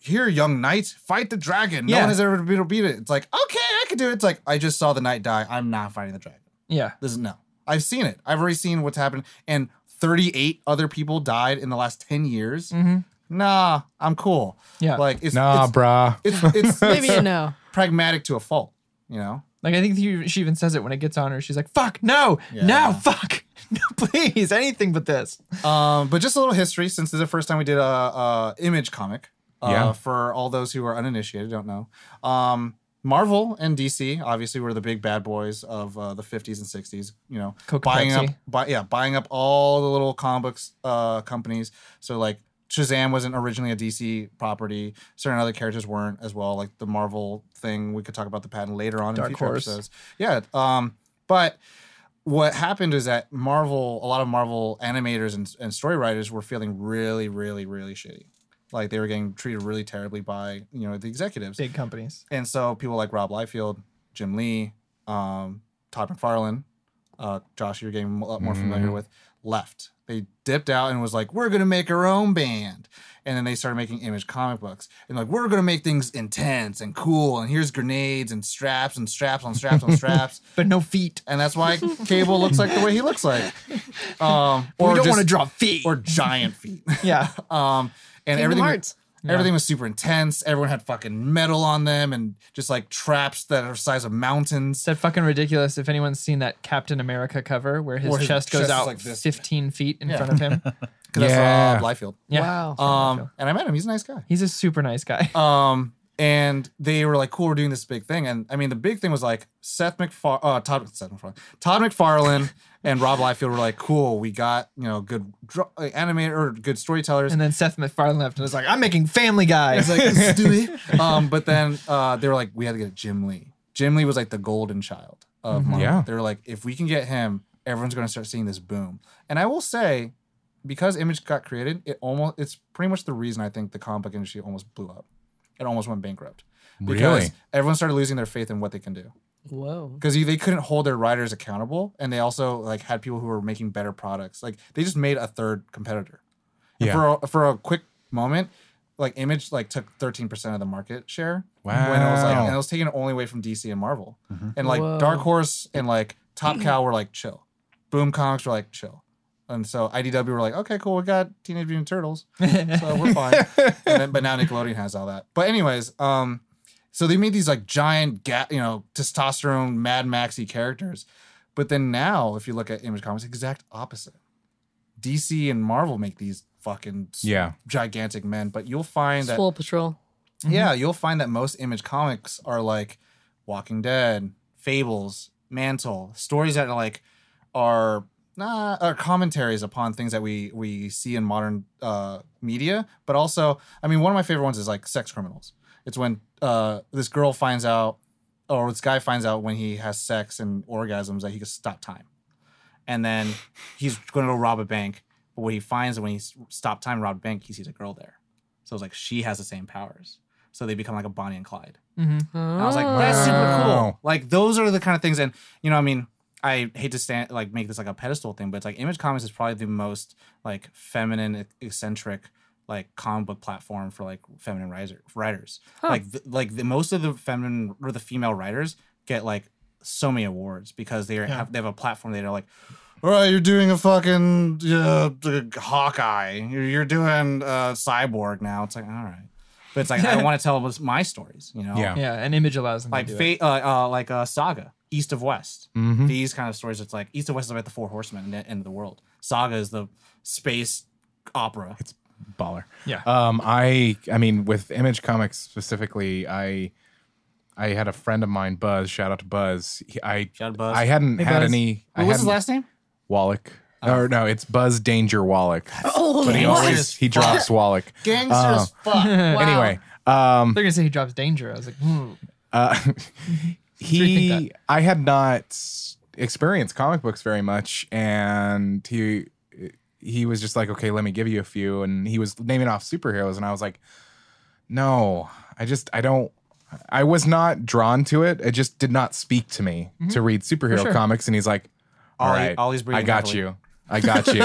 Here, young knight, fight the dragon. No Yeah. one has ever been able to beat it. It's like, okay, I can do it. It's like, I just saw the knight die. I'm not fighting the dragon. yeah, This is no. I've seen it. I've already seen what's happened. And 38 other people died in the last 10 years. Nah, I'm cool. Yeah. Like it's Nah, it's, brah. it's, it's, Maybe it's you know. pragmatic to a fault, you know? Like I think he- she even says it when it gets on her. She's like, "Fuck no, no, Yeah. fuck, *laughs* no, please, anything but this." Um, but just a little history since this is the first time we did a, a image comic. Uh, Yeah. For all those who are uninitiated, don't know. Um, Marvel and DC obviously were the big bad boys of uh, the 50s and 60s. You know, Coke buying Pepsi. up, buy, yeah, buying up all the little comic books uh, companies. So like Shazam wasn't originally a DC property. Certain other characters weren't as well. Like the Marvel thing, we could talk about the patent later on Dark in future Horse. episodes. Yeah. Um, but what happened is that Marvel, a lot of Marvel animators and, and story writers were feeling really, really, really shitty. Like they were getting treated really terribly by you know the executives. Big companies. And so people like Rob Liefeld, Jim Lee, um, Todd McFarlane, uh, Josh, you're getting a lot more Mm-hmm. familiar with, left. They dipped out and was like, we're going to make our own band. And then they started making image comic books. And like, we're going to make things intense and cool. And here's grenades and straps and straps on straps on *laughs* straps. But no feet. And that's why Cable looks like the way he looks *laughs* like. Um, we don't just- want to draw feet. Or giant feet. *laughs* yeah, Um, and Kingdom everything. Hearts. Everything was super intense. Everyone had fucking metal on them and just like traps that are the size of mountains. it's that fucking ridiculous. If anyone's seen that Captain America cover where his, Or his chest goes chest is out like this. 15 feet in Yeah. front *laughs* of him. 'Cause Yeah. that's Rob Liefeld. Yeah. Wow. Um, and I met him. He's a nice guy. He's a super nice guy. Um, and they were like, "Cool, we're doing this big thing." And I mean, the big thing was like Seth MacFar, uh, Todd, Seth MacFarlane, Todd McFarlane, *laughs* and Rob Liefeld were like, "Cool, we got you know good dr- uh, animator or good storytellers." and then Seth MacFarlane left and was like, "I'm making Family Guy." It's *laughs* like, "Let's *laughs* do it." um, but then uh, they were like, we had to get Jim Lee. Jim Lee was like the golden child of Marvel. Mm-hmm. Yeah. They were like, if we can get him, everyone's going to start seeing this boom. And I will say, because Image got created, it almost it's pretty much the reason I think the comic book industry almost blew up. It almost went bankrupt because Really? everyone started losing their faith in what they can do Whoa. because they couldn't hold their writers accountable, and they also like had people who were making better products. Like they just made a third competitor. And Yeah. For a, for a quick moment, like Image like took thirteen percent of the market share. When it was like, Wow. Mm-hmm. and it was taken only away from DC and Marvel, and like Whoa. Dark Horse and like Top Cow were like chill, Boom Comics were like chill. And so IDW were like, okay, cool, we got Teenage Mutant *laughs* Turtles, so we're fine. and then, but now Nickelodeon has all that. But anyways, um, so they made these like giant, ga- you know, testosterone Mad Maxy characters. But then now, if you look at Image Comics, exact opposite. DC and Marvel make these fucking s- Yeah. gigantic men, but you'll find that Full Patrol. yeah, you'll find that most Image Comics are like Walking Dead, Fables, Mantle, stories that are like are nah, are commentaries upon things that we we see in modern uh, media. But also, I mean, one of my favorite ones is like Sex Criminals. It's when uh, this girl finds out, or this guy finds out when he has sex and orgasms that he can stop time, and then he's going to go rob a bank. But what he finds when he s- stopped time and robbed a bank, he sees a girl there. So it's like she has the same powers. So they become like a Bonnie and Clyde. mm-hmm. And I was like, that's super Wow. cool. Like those are the kind of things. And you know, I mean, I hate to stand like make this like a pedestal thing, but it's like Image Comics is probably the most like feminine, ec- eccentric like comic book platform for like feminine riser, writers. *laughs* Like th- like the, most of the feminine or the female writers get like so many awards because they are, have they have a platform. They're like. All right, you're doing a fucking uh, Hawkeye. You're, you're doing uh, Cyborg now. It's like, all right. But *laughs* it's like, I want to tell my stories, you know? Yeah. yeah, an image allows them *laughs* like to do it. fate, uh, uh, like uh, Saga East of West. Mm-hmm. These kind of stories, it's like East of West is about the Four Horsemen and the end of the world. Saga is the space opera. baller. Yeah. Um, I I mean, with Image Comics specifically, I I had a friend of mine, Buzz. Shout out to Buzz. He- I Shout out to Buzz. I hadn't Hey, had Buzz. any. I what Uh, was his hadn't- last Oh. name? Wallach. Or no, it's Buzz Danger Wallach. Oh, But he Gangster always as he drops Wallach. Gangster as fuck. wow. Anyway, um, They're gonna say he drops danger. I was like, hmm. uh, Rethink *laughs* he I had not experienced comic books very much, and he he was just like, okay, let me give you a few, and he was naming off superheroes, and I was like, no, I just I don't. I was not drawn to it. It just did not speak to me to read superhero comics. And he's like, all Ollie- right, Ollie's breathing I got heavily. you. I got *laughs* you.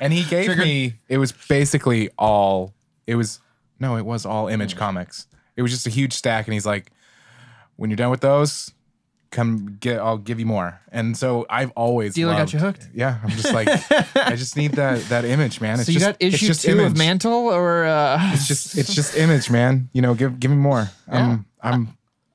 and he gave me, it was basically all, it was, no, it was all image comics. It was just a huge stack. And he's like, when you're done with those, come get, I'll give you more. And so I've always Dealer got loved- you hooked. Yeah. I'm just like, I just need *laughs* that, that image, man. It's So you just, got issue it's just two of image. Mantle, or uh, It's just, it's just image, man. You know, give, give me more. I'm, I'm,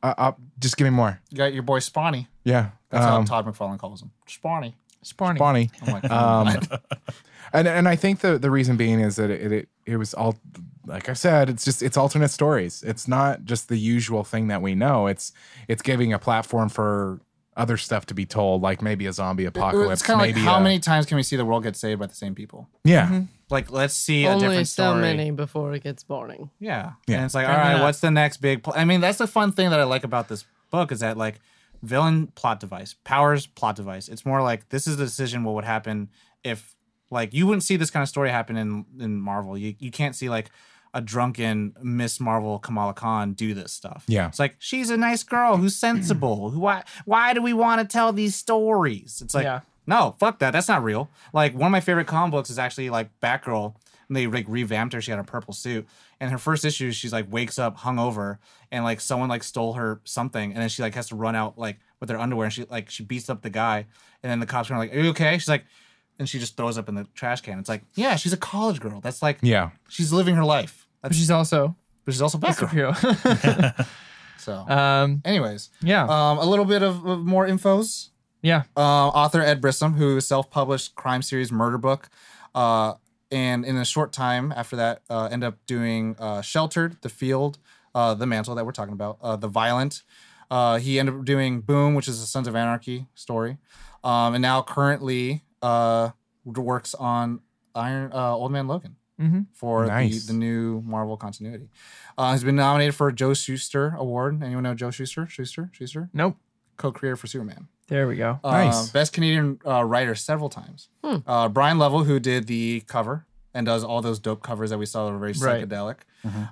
I, I, just give me more. You got your boy Spawny. Yeah. That's Um, how Todd McFarlane calls him. Spawny. Sparny. Bonnie. I'm like, "Oh, Um, *laughs* and and I think the the reason being is that it it, it was all like I said, it's just it's alternate stories. It's not just the usual thing that we know. It's it's giving a platform for other stuff to be told, like maybe a zombie apocalypse. it's kind of like maybe uh, how a- many Mm-hmm. times can we see the world get saved by the same people? Yeah, Like, let's see a Only different so story. many before it gets boring. Yeah. Yeah. And it's like, all right, enough. what's the next big pl- I mean, that's the fun thing that I like about this book is that like villain plot device, powers plot device. It's more like this is the decision what would happen if like you wouldn't see this kind of story happen in in Marvel. You you can't see like a drunken Miss Marvel Kamala Khan do this stuff. Yeah. It's like she's a nice girl who's sensible. Who why why do we want to tell these stories? It's like Yeah. no, fuck that. That's not real. Like one of my favorite comic books is actually like Batgirl. And they like revamped her. She had a purple suit. And her first issue, she's like wakes up hungover and like someone like stole her something. And then she like has to run out like with her underwear and she like she beats up the guy. And then the cops are like, Are you okay? She's like, and she just throws up in the trash can. It's like, yeah, she's a college girl. That's like yeah. she's living her life. But That's, she's also but she's also a Batgirl. superhero. *laughs* *laughs* So um, anyways. yeah, Uh, Um, a little bit of, of more infos. yeah. uh, author Ed Brissom, who self-published crime series Murder Book, uh, and in a short time after that, uh, end up doing uh, Sheltered, The Field, uh, The Mantle that we're talking about, uh, The Violent. Uh, he ended up doing Boom, which is the Sons of Anarchy story, um, and now currently uh, works on Iron uh, Old Man Logan Mhm. for Nice. the, the new Marvel continuity. Uh, he's been nominated for a Joe Schuster Award. Anyone know Joe Schuster? Schuster? Schuster? Nope. Co-creator for Superman. There we go. Uh, Nice. Best Canadian uh, writer several times. Uh, Brian Lovell, who did the cover and does all those dope covers that we saw that were very Right. psychedelic.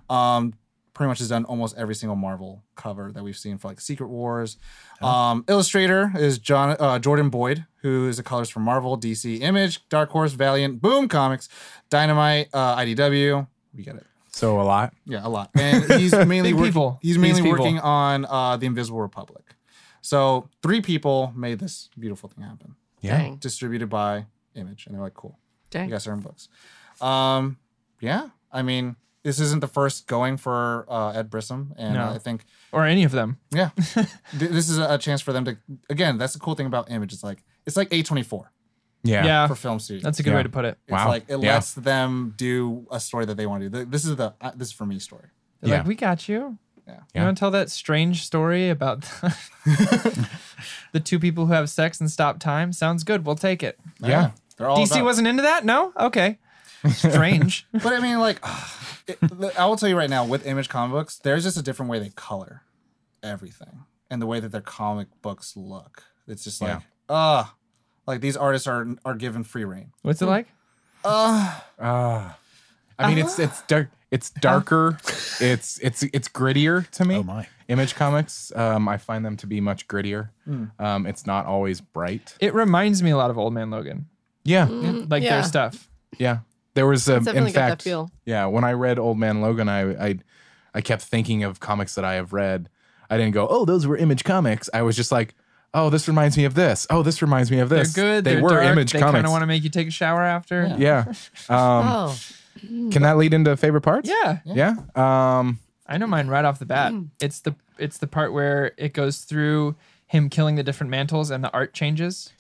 Um, pretty much has done almost every single Marvel cover that we've seen for like Secret Wars. Um, illustrator is John uh, Jordan Boyd, who is the colors for Marvel, DC, Image, Dark Horse, Valiant, Boom Comics, Dynamite, uh, IDW. We get it. So a lot. Yeah, a lot. And *laughs* he's mainly Big work- people. He's These mainly people. working on uh, the Invisible Republic. So three people made this beautiful thing happen. Yeah. Dang. Distributed by Image, and they're like, "Cool, you Dang. guys earn books." Um, yeah, I mean, this isn't the first going for uh, Ed Brissom, and No. I think Or any of them. *laughs* yeah, th- this is a chance for them to. Again, that's the cool thing about Image. It's like it's like A twenty four Yeah. Yeah, for film studios. that's a good Yeah. way to put it. it's Wow. like it Yeah. lets them do a story that they want to do. Th- This is the uh, this is for me story. They're Yeah. Like we got you. Yeah. You want to tell that strange story *laughs* about *laughs* the, the two people who have sex and stop time? Sounds good. We'll take it. Yeah. They're all DC about- wasn't into that. No. Okay. *laughs* Strange. But I mean, like, *sighs* it, the- I will tell you right now, with Image comic books, there's just a different way they color everything and the way that their comic books look. It's just like, ah, like these artists are are given free reign. What's it like? Ah. I mean, it's it's dark. It's Uh-huh. darker. it's it's it's grittier to me. Oh, my. Image comics. Um, I find them to be much grittier. Hmm. Um, it's not always bright. It reminds me a lot of Old Man Logan, Yeah. like Mm. yeah. their stuff. Yeah. There was um, definitely in got that fact, feel. Yeah, when I read Old Man Logan, I, I I kept thinking of comics that I have read. I didn't go, "Oh, those were Image comics." I was just like, "Oh, this reminds me of this. Oh, this reminds me of They're this." good. They are were dark, Image They kind comics. of want to make you take a shower after. *laughs* yeah. Um, Oh, can that lead into favorite parts? Yeah. Yeah. Um, Mm. I know mine right off the bat. It's the it's the part where it goes through him killing the different mantles and the art changes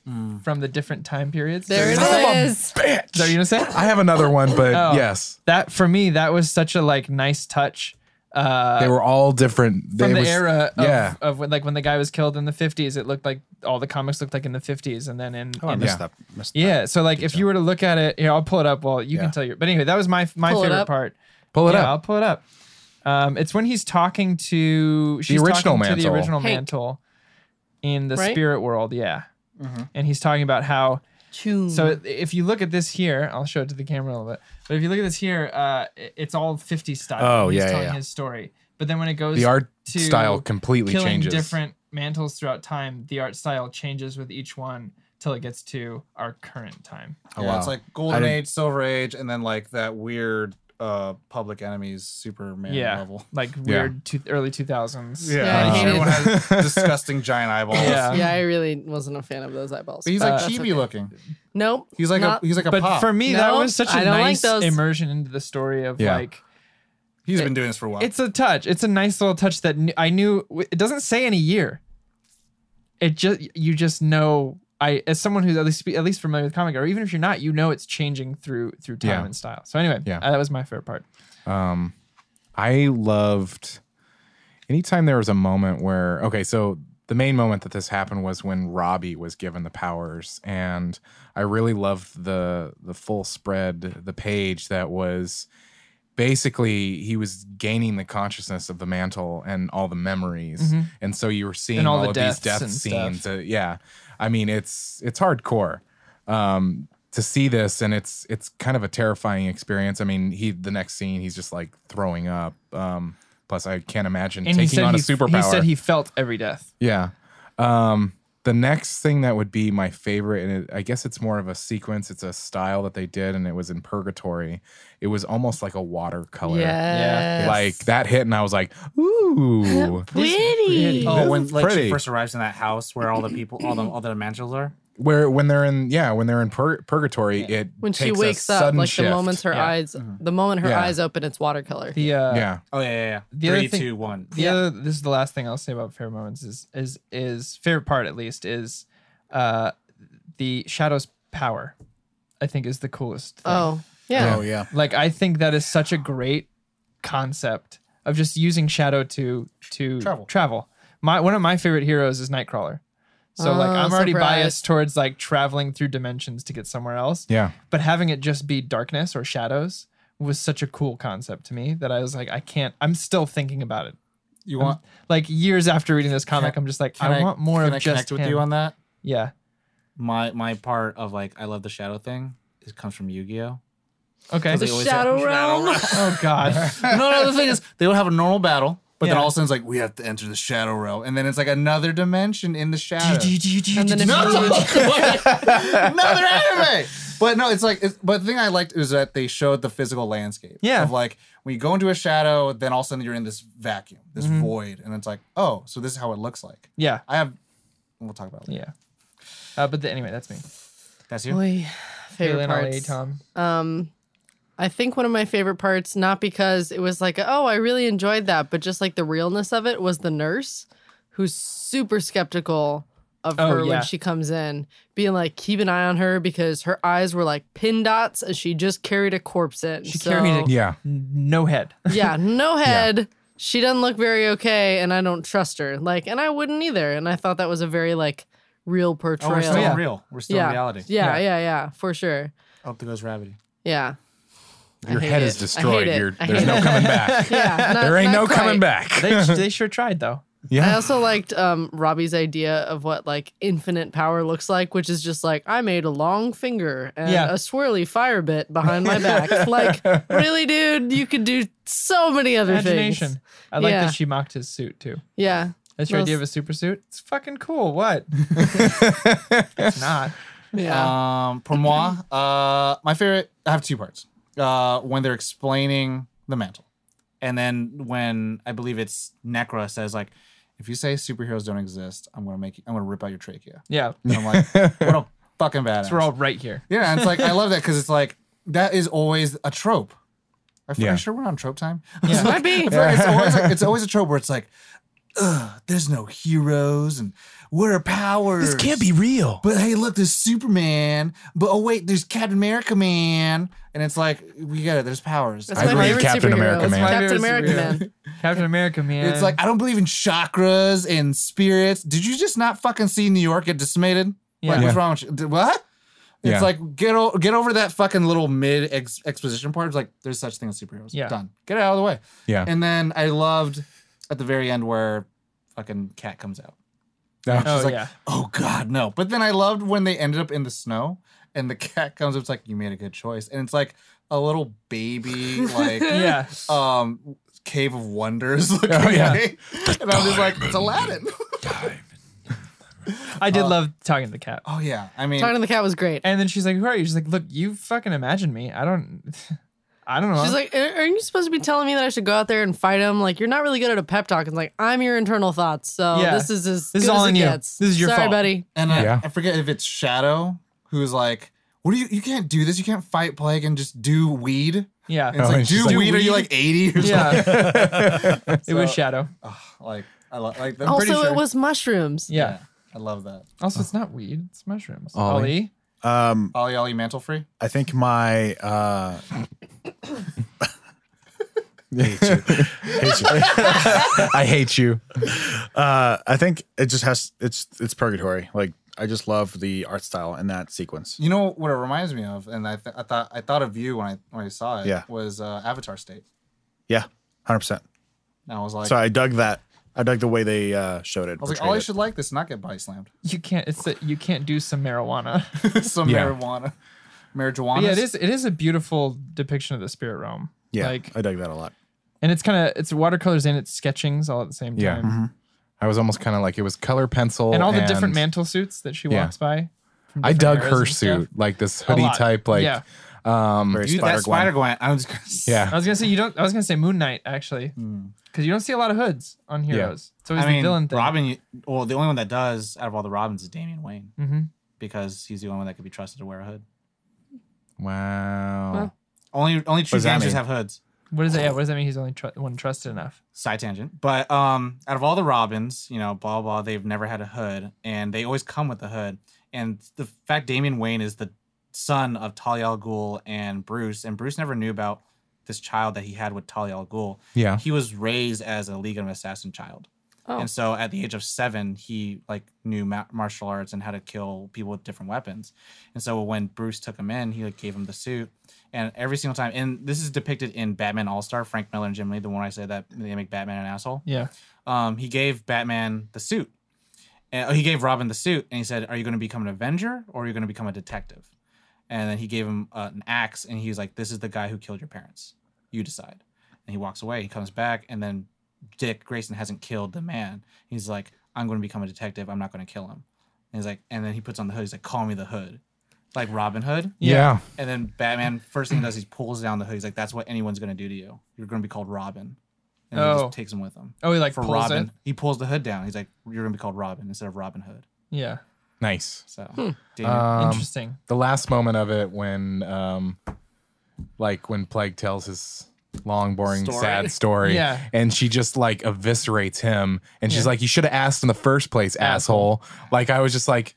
from the different time periods. There is it is. Bitch. that what you're gonna say? I have another one, but Oh. yes, That for me, that was such a like nice touch. Uh, they were all different. They from the was- era of, yeah. of when, like when the guy was killed in the 50s it looked like all the comics looked like in the 50s and then in, Oh, I in missed Yeah. that. Missed that. yeah so like if you were to look at it here i'll pull it up well you Yeah. can tell your but anyway that was my my Pull it favorite up. part Pull it yeah, up. i'll pull it up um, it's when he's talking to she's original talking to the mantle. original Hank. mantle in the Right? spirit world yeah Mm-hmm. and he's talking about how Tune. so i- if you look at this here, I'll show it to the camera a little bit. But if you look at this here, uh, i- it's all 50s style. Oh, He's yeah, yeah, telling yeah. his story. But then when it goes The art to style completely killing changes. different mantles throughout time, the art style changes with each one till it gets to our current time. Yeah, wow. It's like I Golden didn't- Age, Silver Age, and then like that weird uh Public Enemies Superman yeah, level. like Yeah. weird two, early 2000s. Yeah, I Uh, hated everyone it. has disgusting giant eyeballs. Yeah. *laughs* yeah, I really wasn't a fan of those eyeballs. But he's but like that's chibi okay. looking. Nope. He's like not- a he's like a But pop. for me, that No, was such I a don't like nice those. immersion into the story of Yeah. like he's been doing this for a while. It's a touch. It's a nice little touch that kn- I knew. It doesn't say any year. It just you just know. I as someone who's at least at least familiar with comic, or even if you're not, you know it's changing through through time Yeah. and style. So anyway, Yeah. uh, that was my favorite part. Um, I loved anytime there was a moment where okay, so the main moment that this happened was when Robbie was given the powers, and I really loved the the full spread, the page that was basically he was gaining the consciousness of the mantle and all the memories, and so you were seeing Mm-hmm. all all, the of deaths these death and stuff. scenes. uh, yeah, I mean it's it's hardcore um to see this and it's it's kind of a terrifying experience i mean he the next scene he's just like throwing up um plus i can't imagine And he taking said on he, a superpower he said he felt every death. yeah um the next thing that would be my favorite and it, i guess it's more of a sequence it's a style that they did and it was in purgatory it was almost like a watercolor Yes. like that hit and i was like *laughs* ooh Pretty. oh, This when is like pretty. she first arrives in that house where all the people, all the all the mantles are. where when they're in yeah when they're in pur- purgatory it When she takes a wakes up, sudden like shift. the moment her Yeah. eyes, the moment her Yeah. eyes open, it's watercolor. The uh, yeah Oh yeah, yeah, The yeah. other Three, thing- two, one. The other, this is the last thing I'll say about favorite moments is is is favorite part at least is, uh, the shadow's power, I think is the coolest. Thing. Oh, yeah. Oh yeah. Like I think that is such a great concept of just using shadow to to Travel. My one of my favorite heroes is Nightcrawler. So like Oh, I'm already surprise. biased towards like traveling through dimensions to get somewhere else. yeah But having it just be darkness or shadows was such a cool concept to me that I was like I can't I'm still thinking about it. You want? Like years after reading this comic I'm just like Can I, want more can of I just connect with him. you on that. Yeah. My my part of like I love the shadow thing. It comes from *laughs* Yu-Gi-Oh. Okay. The They always shadow have- realm. oh *laughs* god. no, no. The thing is, they would have a normal battle, but then Yeah. all of a sudden it's like we have to enter the shadow realm, and then it's like another dimension in the shadow. and then if *laughs* you *laughs* *laughs* another anime. But no, it's like, it's, but the thing I liked is that they showed the physical landscape. Yeah. Of like, when you go into a shadow, then all of a sudden you're in this vacuum, this Mm-hmm. void, and it's like, oh, so this is how it looks like. yeah. I have. We'll talk about it. Yeah. Uh, but the, anyway, that's me. That's you. Oy, favorite Kaylin, Ollie, parts. Tom. I think one of my favorite parts, not because it was like, oh, I really enjoyed that, but just like the realness of it was the nurse who's super skeptical of Oh, her yeah. when she comes in, being like, keep an eye on her because her eyes were like pin dots and she just carried a corpse in. She carried a- yeah No head. yeah, no head. She doesn't look very okay, and I don't trust her. Like, and I wouldn't either. And I thought that was a very like real Oh, portrayal. we're still Yeah. real. We're still yeah. in reality. Yeah, yeah, yeah, for sure. Up there goes Rabbity. Yeah, Your I hate head it. is I hate destroyed. it. You're, I there's hate no it. coming *laughs* back. yeah. not- There ain't not no quite. coming back. they, they sure tried though. I yeah. also liked um, Robbie's idea of what like infinite power looks like, which is just like I made a long finger and Yeah. a swirly fire bit behind *laughs* my back. like, really, dude, you could do so many *laughs* other Imagination. things. I like Yeah. that she mocked his suit too. Yeah, That's your Well, idea of a super suit? It's fucking *laughs* cool. What? it's not. Uh, yeah. Um, pour moi, uh, my favorite. I have two parts. Uh, when they're explaining the mantle, and then when I believe it's Necra says like, "If you say superheroes don't exist, I'm gonna make. I'm gonna rip out your trachea." Yeah. And I'm *laughs* like, "What a fucking badass!" We're all right here. yeah, and it's like I love that because it's like that is always a trope. Are you Yeah. sure we're on trope time? Yeah. *laughs* It's like- I feel like it's always like, it's always a trope where it's like ugh, there's no heroes and what are powers? This can't *laughs* be real. But hey, look, there's Superman. But oh wait, there's Captain America Man. And it's like we got it. There's powers. That's I my believe favorite Captain superhero. America That's Man. my Captain Captain America America Man. Man. Captain America, man. It's like I don't believe in chakras and spirits. Did you just not fucking see New York get decimated? Like, Yeah. what's wrong with you? Did- What? It's Yeah. like get o- get over that fucking little mid ex- exposition part. It's like there's such thing as superheroes. Yeah. Done. Get it out of the way. Yeah. And then I loved at the very end where fucking cat comes out. No. oh like, yeah, Oh God, no! But then I loved when they ended up in the snow and the cat comes up. It's like you made a good choice, and it's like a little baby like *laughs* yeah. um cave of wonders looking Oh, yeah. thing. and I'm just like, it's Aladdin. I uh, did love talking to the cat. oh yeah, I mean, Talking to the cat was great. And then she's like, "Who are you?" She's like, "Look, you fucking imagine me. I don't, *laughs* I don't know." She's like, "Are- aren't you supposed to be telling me that I should go out there and fight him? Like, you're not really good at a pep talk. It's like, I'm your internal thoughts. So Yeah. this is as This is good all as on it you. gets. This is your Sorry, fault. buddy. and I, Yeah. I forget if it's Shadow who's like, what do you? You can't do this. You can't fight plague and just do weed. And "Yeah, it's Oh, like, and she's do like- weed? Are you like 80 or something? yeah." *laughs* it was Shadow. Like, I lo- like. I'm Also, pretty sure. it was mushrooms. Yeah. I love that. Also, it's not weed. It's mushrooms. Ollie. Ollie. Um, Ollie Ollie Mantle Free. I think my uh, I hate you. uh, I think it just has it's it's purgatory. Like I just love the art style in that sequence. You know what it reminds me of, and I, th- I thought I thought of you when I when I saw it. Yeah. was uh, Avatar State, Yeah, hundred percent. and I was like, So I I dug that. I dug the way they uh, showed it. was like, portrayed Ollie it. should like this, and not get body slammed. *laughs* You can't. It's that you can't do some marijuana. *laughs* Some Yeah. marijuana, marijuana. But yeah, it is. It is a beautiful depiction of the spirit realm. yeah, Like, I dug that a lot. and it's kind of it's watercolors and it's sketchings all at the same time. Yeah. Mm-hmm. I was almost kind of like it was color pencil And all the different mantle suits that she Yeah. walks by. from I different dug eras her and stuff. suit, like this A hoodie lot. type, like um, yeah. Very Dude, Spider that Spider Gwen. I was gonna say, I yeah. was gonna say you don't. I was gonna say Moon Knight actually, because you don't see a lot of hoods on heroes. So it's Hmm. I the mean, villain thing. Robin. you- Well, the only one that does out of all the Robins is Damian Wayne Mhm. because he's the only one that could be trusted to wear a hood. Wow. Only only true does that gangsters mean? have hoods. What does that? Yeah. What does that mean? He's only tr- one trusted enough. Side tangent, but um, out of all the Robins, you know, blah blah, they've never had a hood, and they always come with a hood. And the fact Damian Wayne is the son of Talia al Ghul and Bruce, and Bruce never knew about this child that he had with Talia al Ghul. Yeah. he was raised as a League of Assassin child. Oh. And so at the age of seven, he like knew ma- martial arts and how to kill people with different weapons. And so when Bruce took him in, he like gave him the suit. And every single time, and this is depicted in Batman All Star, Frank Miller and Jim Lee, the one I say that they make Batman an asshole. Yeah. Um, he gave Batman the suit. And, oh, he gave Robin the suit, and he said, "Are you going to become an Avenger or are you going to become a detective?" And then he gave him uh, an axe, and he was like, "This is the guy who killed your parents. You decide." And he walks away. He comes back, and then Dick Grayson hasn't killed the man. He's like, "I'm going to become a detective. I'm not going to kill him." And he's like, and then he puts on the hood. He's like, "Call me the Hood," like Robin Hood. Yeah. And then Batman, first thing he does, he pulls down the hood. He's like, "That's what anyone's going to do to you. You're going to be called Robin." And he Oh. just takes him with him Oh, he like for pulls Robin. it. He pulls the hood down. He's like, "You're gonna be called Robin instead of Robin Hood." Yeah. Nice. So, Damien. Um, Interesting. the last moment of it when, um, like when Plague tells his long, boring, Story. sad *laughs* story, Yeah. and she just like eviscerates him, and she's Yeah. like, "You should have asked in the first place, asshole." Like I was just like,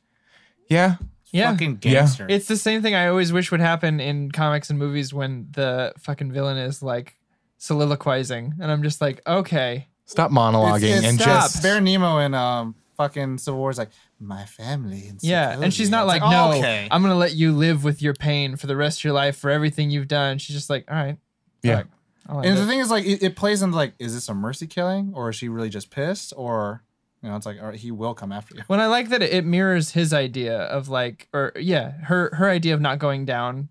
"Yeah, Yeah. fucking Yeah. gangster. It's the same thing I always wish would happen in comics and movies when the fucking villain is like soliloquizing, and I'm just like, okay, stop monologuing It's- and it's- just." Bear Nemo and um fucking Civil War is like my family. And yeah. And she's not like, no, Uh, I'm gonna let you live with your pain for the rest of your life for everything you've done. She's just like, all right, Yeah. fuck. I'll end and the it. thing is, like, it, it plays into like, is this a mercy killing or is she really just pissed or you know, it's like, all right, he will come after you. When I like that it, it mirrors his idea of like, or yeah, her her idea of not going down,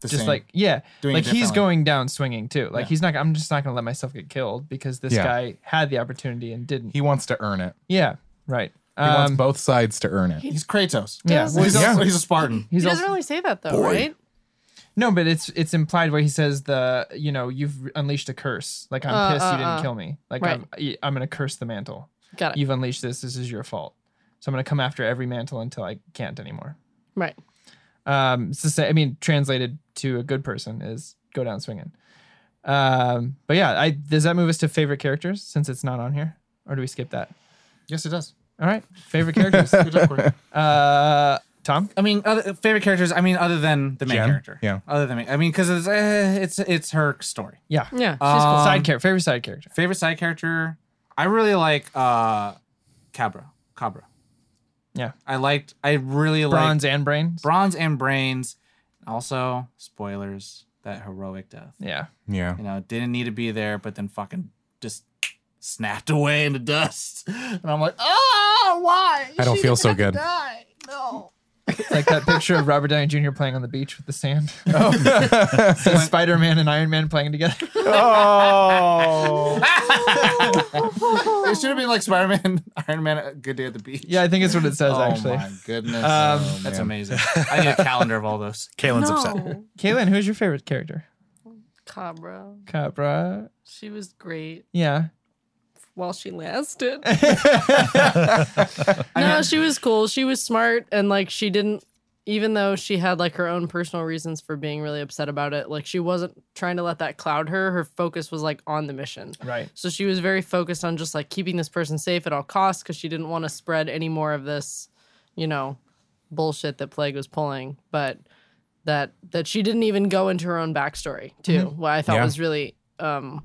The just same. like yeah, Doing it like he's differently. going down swinging too. Like Yeah. he's not. I'm just not gonna let myself get killed because this Yeah. guy had the opportunity and didn't. he wants to earn it. yeah, right. He wants Um, both sides to earn it. he's Kratos. yeah, does well, he's He's, also- also, he's a Spartan. he's he doesn't also- really say that though, right? no, but it's it's implied where he says the you know you've unleashed a curse. Like I'm Uh, pissed uh, you didn't uh. kill me. Like Right. I'm I- I'm gonna curse the mantle. Got it. You've unleashed this. This is your fault. So I'm gonna come after every mantle until I can't anymore. Right. um it's the same- i mean translated to a good person is go down swinging um but yeah i does that move us to favorite characters since it's not on here or do we skip that? Yes, it does. All right, favorite characters. uh, Tom. I mean, other, favorite characters. I mean, other than the main Jen? character. Yeah. Other than me, I mean, because it's, eh, it's it's her story. Yeah. Yeah. Um, side character. Favorite side character. Favorite side character. I really like uh Cabra. Cabra. Yeah. I liked. I really Bronze liked and brains. Bronze and Brains. Also, spoilers. That heroic death. yeah. Yeah. You know, didn't need to be there, but then fucking just snapped away in the dust. And I'm like, oh, *laughs* why? I don't feel so good. Die. No. like that picture of Robert Downey Jr. playing on the beach with *laughs* the sand. Oh. *laughs* so Spider Man and Iron Man playing together. *laughs* *laughs* Oh. It should have been like Spider Man, *laughs* Iron Man, A Good Day at the Beach. yeah, I think it's what it says Oh actually. my goodness. Um, That's amazing. I need a calendar of all those. Kaylin's upset. No. Kaylin, who's your favorite character? Cabra. Cabra. She was great Yeah. while she *laughs* lasted. no, she was cool. She was smart and like she didn't even though she had like her own personal reasons for being really upset about it, like she wasn't trying to let that cloud her. Her focus was like on the mission. Right. So she was very focused on just like keeping this person safe at all costs because she didn't want to spread any more of this, you know, bullshit that Plague was pulling. But that that she didn't even go into her own backstory too, what I thought Yeah. was really um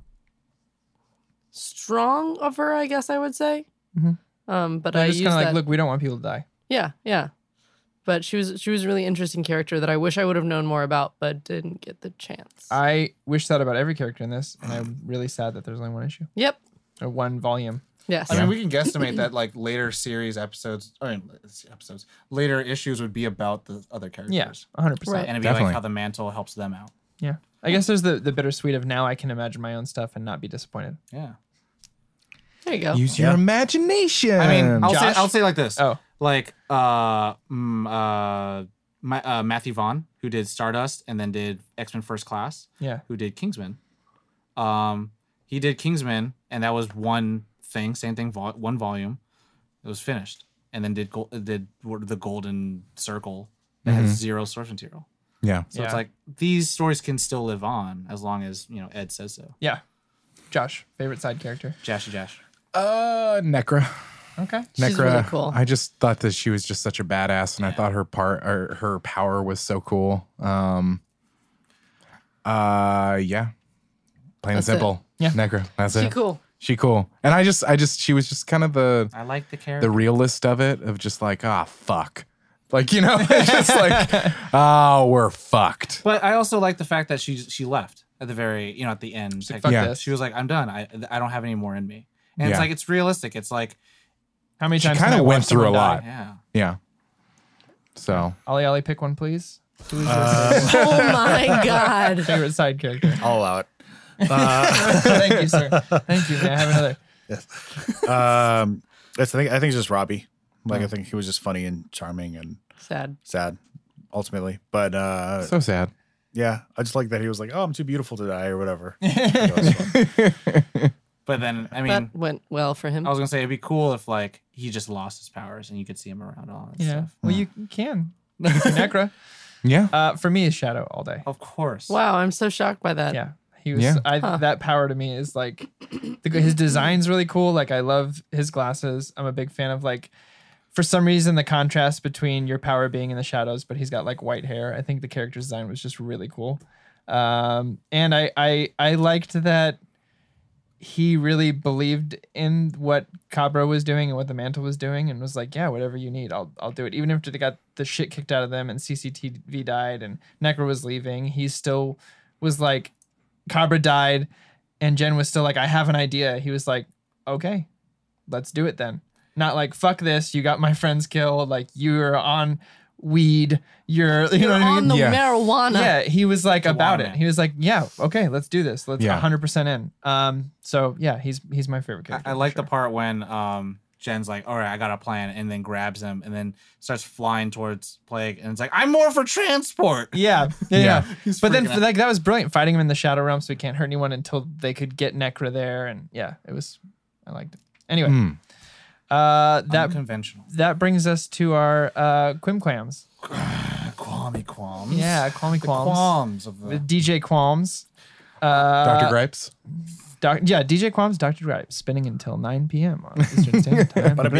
strong of her, I guess I would say. Mhm. Um, but I I just use kind of like, that. look, we don't want people to die. yeah, yeah. But she was she was a really interesting character that I wish I would have known more about, but didn't get the chance. I wish that about every character in this, *sighs* and I'm really sad that there's only one issue yep. or one volume. Yes. I mean, we can guesstimate *laughs* that like later series episodes, I mean, let's see, episodes, later issues would be about the other characters. Yeah, 100. percent Right. And it'd be Definitely. like how the mantle helps them out. Yeah. I guess there's the, the bittersweet of now I can imagine my own stuff and not be disappointed. Yeah. There you go. Use your imagination. I mean, I'll say, Um, Josh? I'll say like this. Oh, Like uh, mm, uh, my, uh, Matthew Vaughn, who did Stardust and then did X Men First Class, yeah. who did Kingsman. Um, he did Kingsman, and that was one thing, same thing, vol- one volume. It was finished, and then did Gol- did the Golden Circle that has zero source material. yeah. So it's Yeah. like these stories can still live on as long as you know Ed says so. Yeah. Josh, favorite side character. Jashy Jash. Uh, Necra. Okay. She's Necra. really cool. I just thought that she was just such a badass, and I thought her part or her power was so cool. Um. Uh, yeah. Plain and That's it. simple. Yeah. Necra. That's She it. cool. She cool. And I just, I just, she was just kind of the I like the character. the realist of it, of just like, ah, fuck. Like you know, *laughs* it's just *laughs* like, oh, we're fucked. but I also like the fact that she she left at the very you know at the end. She's technically. like, "Fuck Yeah. this." She was like, I'm done. I I don't have any more in me. And it's Yeah. like it's realistic. It's like How many She times? kinda can I went watch someone through a die? lot. yeah. Yeah. So Ollie, Ollie, pick one, please. Who is your Uh. Oh my god. favorite side *laughs* character? I'll *laughs* allow it. Thank you, sir. Thank you. May I have another? Um, that's the thing. I think it's just Robbie. Like I think he was just funny and charming and Sad. sad, ultimately. But uh, so sad. *laughs* yeah, I just like that he was like, "Oh, I'm too beautiful to die" or whatever. *laughs* *laughs* But then I mean, That went well for him. I was gonna say it'd be cool if like he just lost his powers and you could see him around all that Yeah. stuff. Well, you *laughs* can. Necra. Yeah. Uh, for me, is Shadow all day. Of course. Wow, I'm so shocked by that. Yeah. He was. Yeah. I, That power to me is like, the, his design's really cool. Like I love his glasses. I'm a big fan of like, for some reason the contrast between your power being in the shadows, but he's got like white hair. I think the character design was just really cool. Um, and I I I liked that he really believed in what Cabra was doing and what the mantle was doing and was like, yeah, whatever you need, I'll I'll do it. Even after they got the shit kicked out of them and CCTV died and Necro was leaving, he still was like, Cabra died, and Jen was still like, I have an idea. He was like, okay, let's do it then. Not like fuck this, you got my friends killed, like you're on weed, you're you know You're what I on mean? the Yeah. marijuana. yeah, he was like about Juana. it. He was like, yeah, okay, let's do this. Let's Yeah. 100% in. Um so yeah, he's he's my favorite I, character. I like for the part when um Jen's like, all right, I got a plan, and then grabs him and then starts flying towards Plague and it's like, I'm more for transport. *laughs* sure. yeah, yeah, yeah. Yeah. He's But then, freaking out. like that was brilliant, fighting him in the Shadow Realm, so he can't hurt anyone until they could get Necra there, and yeah, it was. I liked it. Anyway, Hmm. uh, that Unconventional. that brings us to our uh, quimquams. Qualmy qualms. Yeah, qualmy The qualms. qualms of The the DJ qualms. Uh, Dr. Gripes. Doc, yeah, DJ Quam's Dr. Drive spinning until 9 p.m. *laughs* on Eastern Standard Time. Ba-da-ba-doo.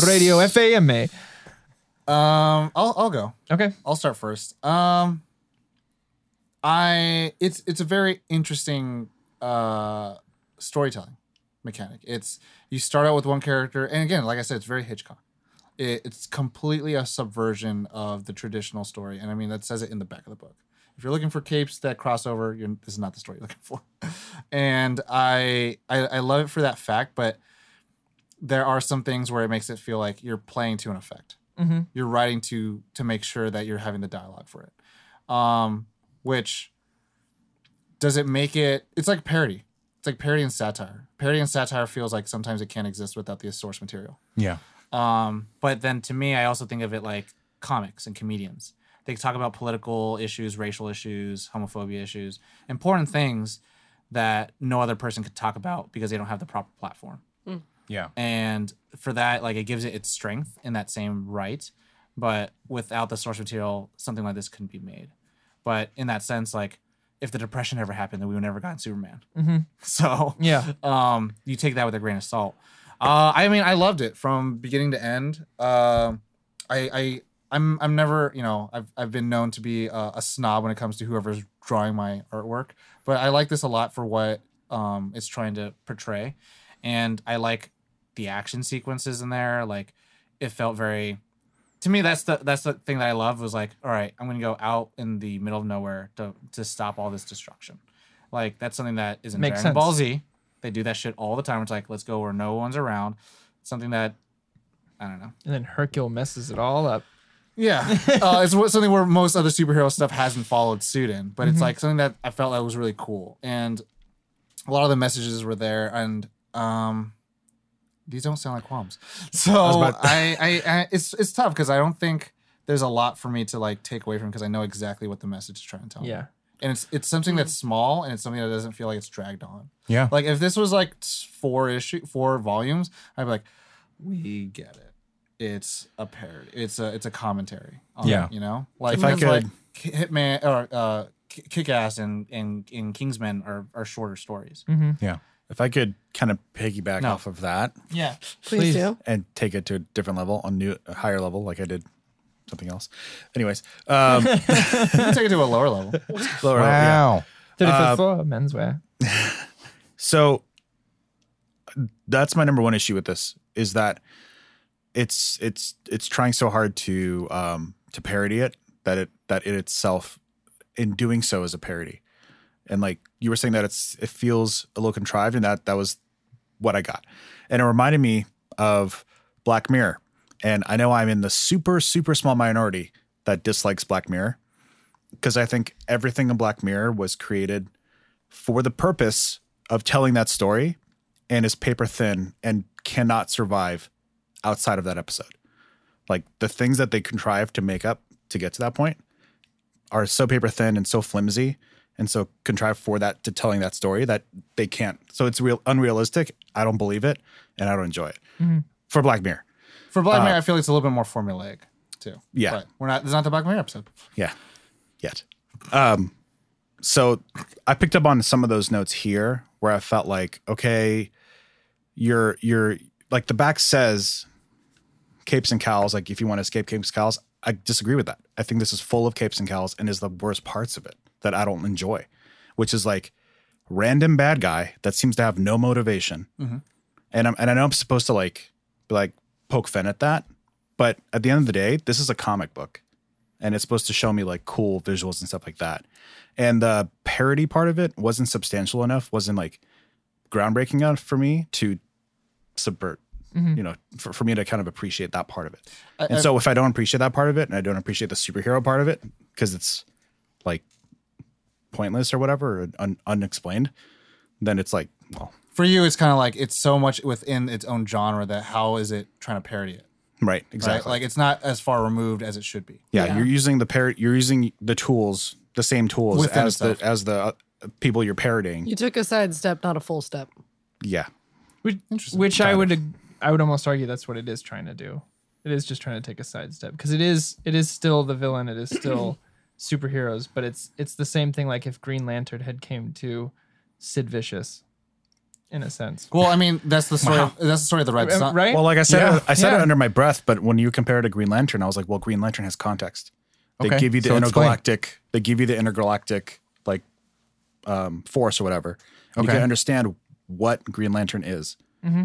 radio, radio FAMA. Um, I'll I'll go. Okay. I'll start first. Um, I it's it's a very interesting uh storytelling mechanic. It's you start out with one character, and again, like I said, it's very Hitchcock. It, it's completely a subversion of the traditional story, and I mean that says it in the back of the book. If you're looking for capes that crossover, you're, this is not the story you're looking for. *laughs* and I, I I love it for that fact, but there are some things where it makes it feel like you're playing to an effect you're writing to to make sure that you're having the dialogue for it um which does it make it it's like parody it's like parody and satire parody and satire feels like sometimes it can't exist without the source material Yeah. um, but then to me, I also think of it like comics and comedians. They talk about political issues, racial issues, homophobia issues, important things that no other person could talk about because they don't have the proper platform. Yeah. And for that, like it gives it its strength in that same right. But without the source material, something like this couldn't be made. But in that sense, like if the depression ever happened, then we would never gotten Superman. *laughs* So Yeah. *laughs* um, you take that with a grain of salt. Uh, I mean, I loved it from beginning to end. Um I, I, I'm, I'm never, you know, I've, I've been known to be a, a snob when it comes to whoever's drawing my artwork, but I like this a lot for what um, it's trying to portray, and I like the action sequences in there. Like, it felt very to me that's the that's the thing that I love was like, all right, I'm gonna go out in the middle of nowhere to to stop all this destruction. Like that's something that is in Makes Dragon Ball sense. Z. They do that shit all the time. It's like let's go where no one's around. Something that I don't know. And then Hercule messes it all up. Yeah, uh, it's what- something where most other superhero stuff hasn't followed suit in, but it's like something that I felt that was really cool, and a lot of the messages were there, and um, these don't sound like qualms. So I, *laughs* about- I, I, it's it's tough because I don't think there's a lot for me to like take away from because I know exactly what the message is trying to tell. me. Yeah. and it's it's something that's Hmm. small and it's something that doesn't feel like it's dragged on. Yeah. Like if this was like s- four issue, four volumes, I'd be like, we get it. It's a parody. It's a it's a commentary. On Yeah. it, you know, like If I because, like, could- K- Hitman or uh, K- Kick-Ass and and and Kingsman are are shorter stories. mm-hmm. Yeah. If I could kind of piggyback No. off of that Yeah. Please, do. and take it to a different level, a new a higher level, like I did something else. Anyways, um, *laughs* lower You can take it to a lower level. level, yeah. 35th floor, menswear. So that's my number one issue with this is that it's it's it's trying so hard to um to parody it that it that it itself in doing so is a parody. And like you were saying that it's it feels a little contrived and that that was what I got. And it reminded me of Black Mirror. And I know I'm in the super super small minority that dislikes Black Mirror because I think everything in Black Mirror was created for the purpose of telling that story and is paper thin and cannot survive outside of that episode. Like the things that they contrive to make up to get to that point are so paper thin and so flimsy and so contrived for that to telling that story that they can't. So it's real unrealistic. I don't believe it and I don't enjoy it. For Black Mirror. For Black Mirror, I feel like it's a little bit more formulaic too. Uh, Yeah. but we're not. It's not the Black Mirror episode. Yeah. Yet. Um, so I picked up on some of those notes here where I felt like, okay, you're you're like the back says capes and cowls, like if you want to escape capes and cowls, I disagree with that. I think this is full of capes and cowls and is the worst parts of it that I don't enjoy, which is like random bad guy that seems to have no motivation. And I'm and I know I'm supposed to like be like poke fun at that, but at the end of the day, this is a comic book and it's supposed to show me like cool visuals and stuff like that. And the parody part of it wasn't substantial enough, wasn't like groundbreaking enough for me to subvert, you know, for, for me to kind of appreciate that part of it. and so if I don't appreciate that part of it and I don't appreciate the superhero part of it because it's like pointless or whatever, or un- unexplained, then it's like, well, For you, it's kind of like it's so much within its own genre that how is it trying to parody it? right, Right? exactly. Like it's not as far removed as it should be. yeah, you're using the par- you're using the tools, the same tools Within as the itself. as the uh, people you're parodying. You took a side step, not a full step. Yeah. Which, which I would ag- I would almost argue that's what it is trying to do. It is just trying to take a sidestep because it is it is still the villain. It is still superheroes, but it's it's the same thing. Like if Green Lantern had came to Sid Vicious, in a sense. Well, I mean, that's the story. Of, that's the story of the Red Sun. right? Well, like I said, uh, Yeah. I said Yeah. it under my breath, but when you compare it to Green Lantern, I was like, well, Green Lantern has context. They Okay, give you the so explain. intergalactic. They give you the intergalactic like um, force or whatever. And You Okay. can understand what Green Lantern is.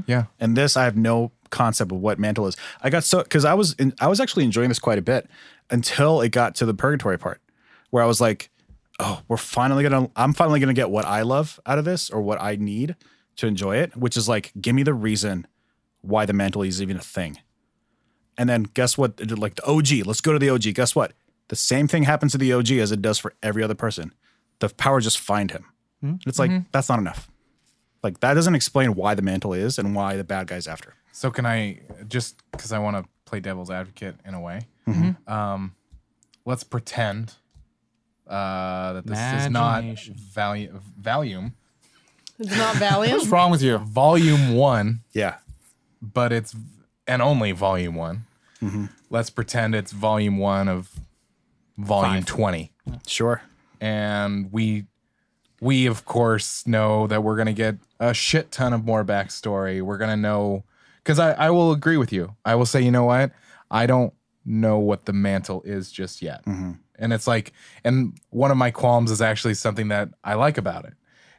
Yeah. And this, I have no concept of what mantle is. I got so because I was in, I was actually enjoying this quite a bit until it got to the purgatory part, where I was like, oh, we're finally gonna, I'm finally gonna get what I love out of this or what I need to enjoy it, which is like, give me the reason why the mantle is even a thing. And then guess what? It did, Like the OG, let's go to the OG. Guess what? The same thing happens to the OG as it does for every other person. The power just find him. It's like that's not enough. Like that doesn't explain why the mantle is and why the bad guy's after. him. So can I just because I want to play devil's advocate in a way? Mm-hmm. Um, let's pretend uh, that this is not Imagination. value volume It's not What's Valiant. wrong with you? volume one, Yeah. but it's v- and only volume one. Let's pretend it's volume one of volume twenty, Sure. and we we of course know that we're gonna get a shit ton of more backstory. We're gonna know because I, I will agree with you. I will say, you know what? I don't know what the mantle is just yet. And it's like, and one of my qualms is actually something that I like about it.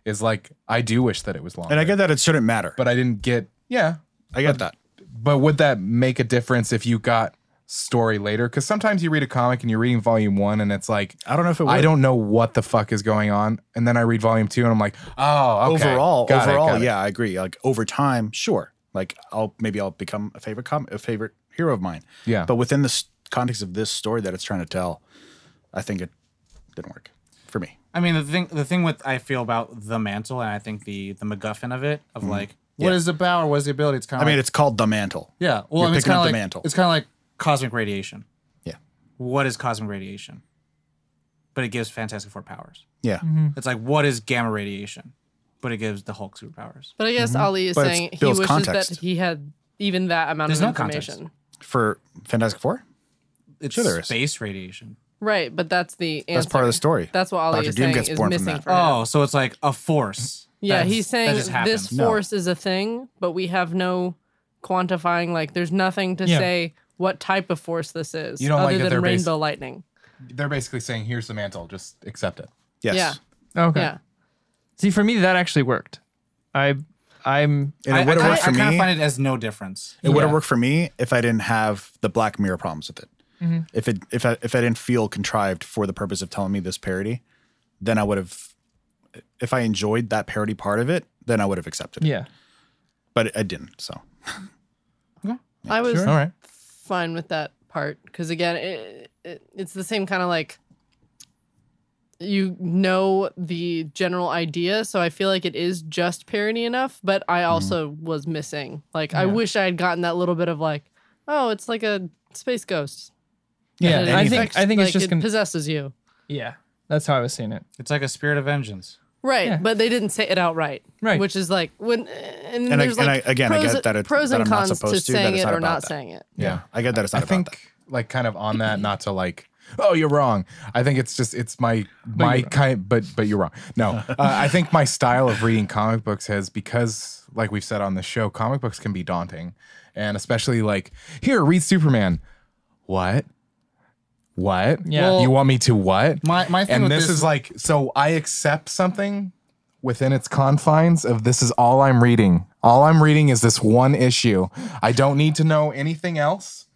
Is like I do wish that it was longer. And I get that it shouldn't matter. But but I didn't get yeah. I get that. But would that make a difference if you got story later? Because sometimes you read a comic and you're reading volume one and it's like I don't know if it would. I don't know what the fuck is going on. And then I read volume two and I'm like, oh, okay. overall Got it, overall, got it. yeah, I agree. Like over time, sure. Like I'll maybe I'll become a favorite com- a favorite hero of mine. Yeah. But within the s- context of this story that it's trying to tell, I think it didn't work for me. I mean, the thing the thing with I feel about the mantle, and I think the the MacGuffin of it of like what Mm-hmm. Yeah. is the power, what is the ability? It's kind I of mean, like, it's called the mantle. yeah. Well, you're I mean, it's picking kind up of the like mantle. it's kind of like cosmic radiation. Yeah. What is cosmic radiation? But it gives Fantastic Four powers. Yeah. It's like what is gamma radiation? But it gives the Hulk superpowers. But I guess Ali is But it's saying he Bill's wishes that context. he had even that amount There's of no information. For Fantastic Four? It's Sure there is. space radiation. Right, but that's the answer. That's part of the story. That's what Ali Dr. is Doom saying gets is born from missing that. for him. Oh, so it's like a force. Yeah, That's- he's that saying just happens. this force is a thing, but we have no quantifying. Like, there's nothing to Yeah. say what type of force this is, You don't other like that than they're rainbow based- lightning. They're basically saying, here's the mantle, just accept it. Yes. Yeah, Okay. yeah. See, for me, that actually worked. I, I'm. And I, it would have I, worked for I kind me. of find it as no difference. It would have worked for me if I didn't have the Black Mirror problems with it. Mm-hmm. If it if I if I didn't feel contrived for the purpose of telling me this parody, then I would have. If I enjoyed that parody part of it, then I would have accepted it. Yeah. But I didn't. So I was All right. fine with that part because again, it, it, it's the same kind of like you know the general idea, so I feel like it is just parody enough. But I Mm-hmm. also was missing. Like, I wish I had gotten that little bit of like, oh, it's like a space ghost. Yeah. And it I think. affects- I think it's like, just it gonna. possesses you. yeah. That's how I was seeing it. It's like a spirit of vengeance. Right, Yeah. but they didn't say it outright. Right. which is like when and, And I- there's and like I- again, I pros, get that it- pros that and I'm not cons to supposed to, that saying it's it not or about not that. saying it. Yeah. I get that it's I not. think, like, kind of on that, not to like, oh, you're wrong. I think it's just, it's my, my kind, but, but you're wrong. No, uh, I think my style of reading comic books has, because, like we've said on the show, comic books can be daunting. And especially like, here, read Superman. What? What? Yeah. Well- you want me to what? My- my thing and with this, this- is like, so I accept something within its confines of this is all I'm reading. All I'm reading is this one issue. I don't need to know anything else.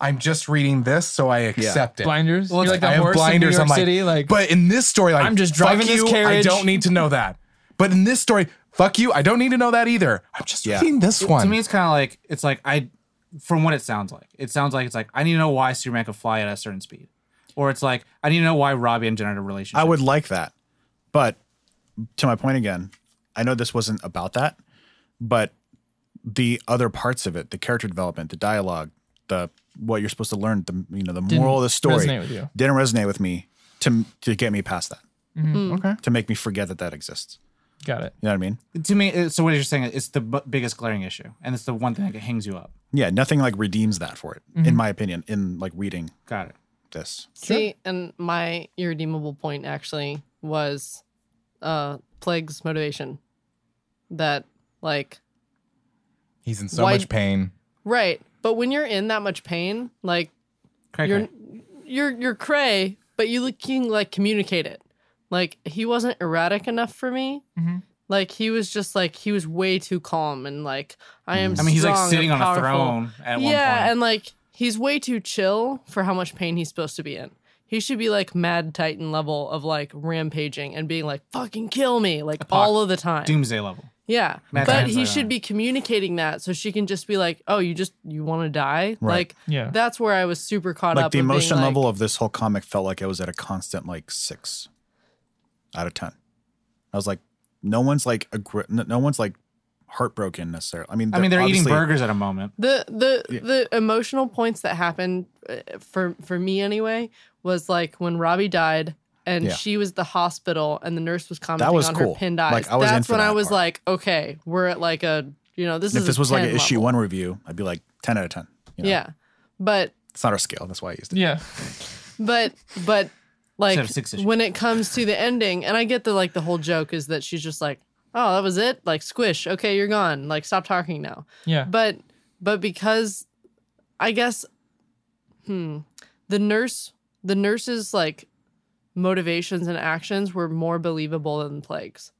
I'm just reading this, so I accept it. Blinders. Well, You're it's like I that horse have in New blinders. York I'm like, City. Like, but in this story, like, I'm just fuck driving this you, I carriage. don't need to know that. But in this story, fuck you, I don't need to know that either. I'm just Yeah. reading this one. To me, it's kind of like it's like I, from what it sounds like, it sounds like it's like I need to know why Superman could fly at a certain speed, or it's like I need to know why Robbie and Jen had a relationship. I would like that. But to my point again, I know this wasn't about that, but the other parts of it, the character development, the dialogue, the what you're supposed to learn, the you know, the moral of the story resonate with you. didn't resonate with me to to get me past that. Mm-hmm. Okay. To make me forget that that exists. got it. You know what I mean? to me, it- so what you're saying, it's the b- biggest glaring issue, and it's the one thing that hangs you up. Yeah, nothing like redeems that for it, Mm-hmm. in my opinion, in like reading Got it. this. See, and my irredeemable point actually was uh Plague's motivation that Like, He's in so Why- much pain. right. But when you're in that much pain, like Cray, you're cray. you're you're cray, but you can like communicate it. Like he wasn't erratic enough for me. Mm-hmm. Mhm. Like he was just like he was way too calm and like I am. Mm. I mean, he's like strong sitting on and a powerful. throne at one yeah, point. and like he's way too chill for how much pain he's supposed to be in. He should be like Mad Titan level of like rampaging and being like fucking kill me like all of the time. Doomsday level. Yeah. Mad but Titan's he like should that. be communicating that so she can just be like, "Oh, you just you want to die?" Like Yeah. that's where I was super caught Like up the with being emotion like- level of this whole comic felt like it was at a constant like six out of ten. I was like, no one's like aggr- no no one's like heartbroken necessarily. I mean, I mean, they're eating obviously- burgers at a moment. the the the emotional points that happened uh, for for me anyway was like when Robbie died and Yeah. she was the hospital and the nurse was commenting was on cool. her pinned eyes. Like, I was in That's for when I that was part. like, okay, we're at like a you know this And is if this a was like 10 an issue level. one review, I'd be like ten out of ten. you know? Yeah, but it's not our scale. That's why I used it. yeah. but but like of six issues. when it comes to the ending, and I get the like the whole joke is that she's just like, oh, that was it, like squish, okay, you're gone, like stop talking now. Yeah. but but because i guess hmm the nurse the nurse's like motivations and actions were more believable than plagues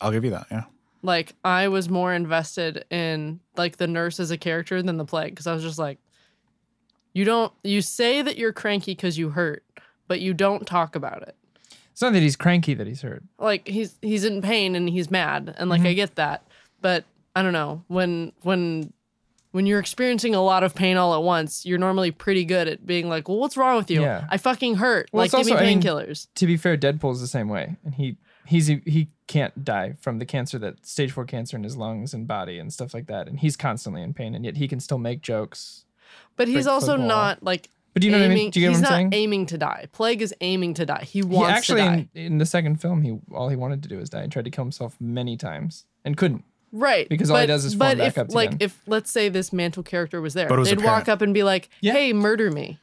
I'll give you that. Yeah, like i was more invested in like the nurse as a character than the plague because i was just like you don't you say that you're cranky because you hurt but you don't talk about it It's not that he's cranky that he's hurt. like he's he's in pain and he's mad and like Mm-hmm. I get that but I don't know when when when you're experiencing a lot of pain all at once you're normally pretty good at being like well what's wrong with you Yeah. I fucking hurt Well, like it's give me also- I mean- painkillers To be fair, Deadpool's the same way, and he he's he can't die from the cancer that stage four cancer in his lungs and body and stuff like that, and he's constantly in pain, and yet he can still make jokes. but he's Brick also football. not like But do you know what I mean? aiming- Do you get he's what I'm not saying? aiming to die plague is aiming to die he He wants actually to die in, in the second film, he all he wanted to do was die. He tried to kill himself many times and couldn't. Right. Because all he does is form but back if, up to like them. if let's say this mantle character was there, But it was they'd walk apparent. up and be like, Yeah. "Hey, murder me."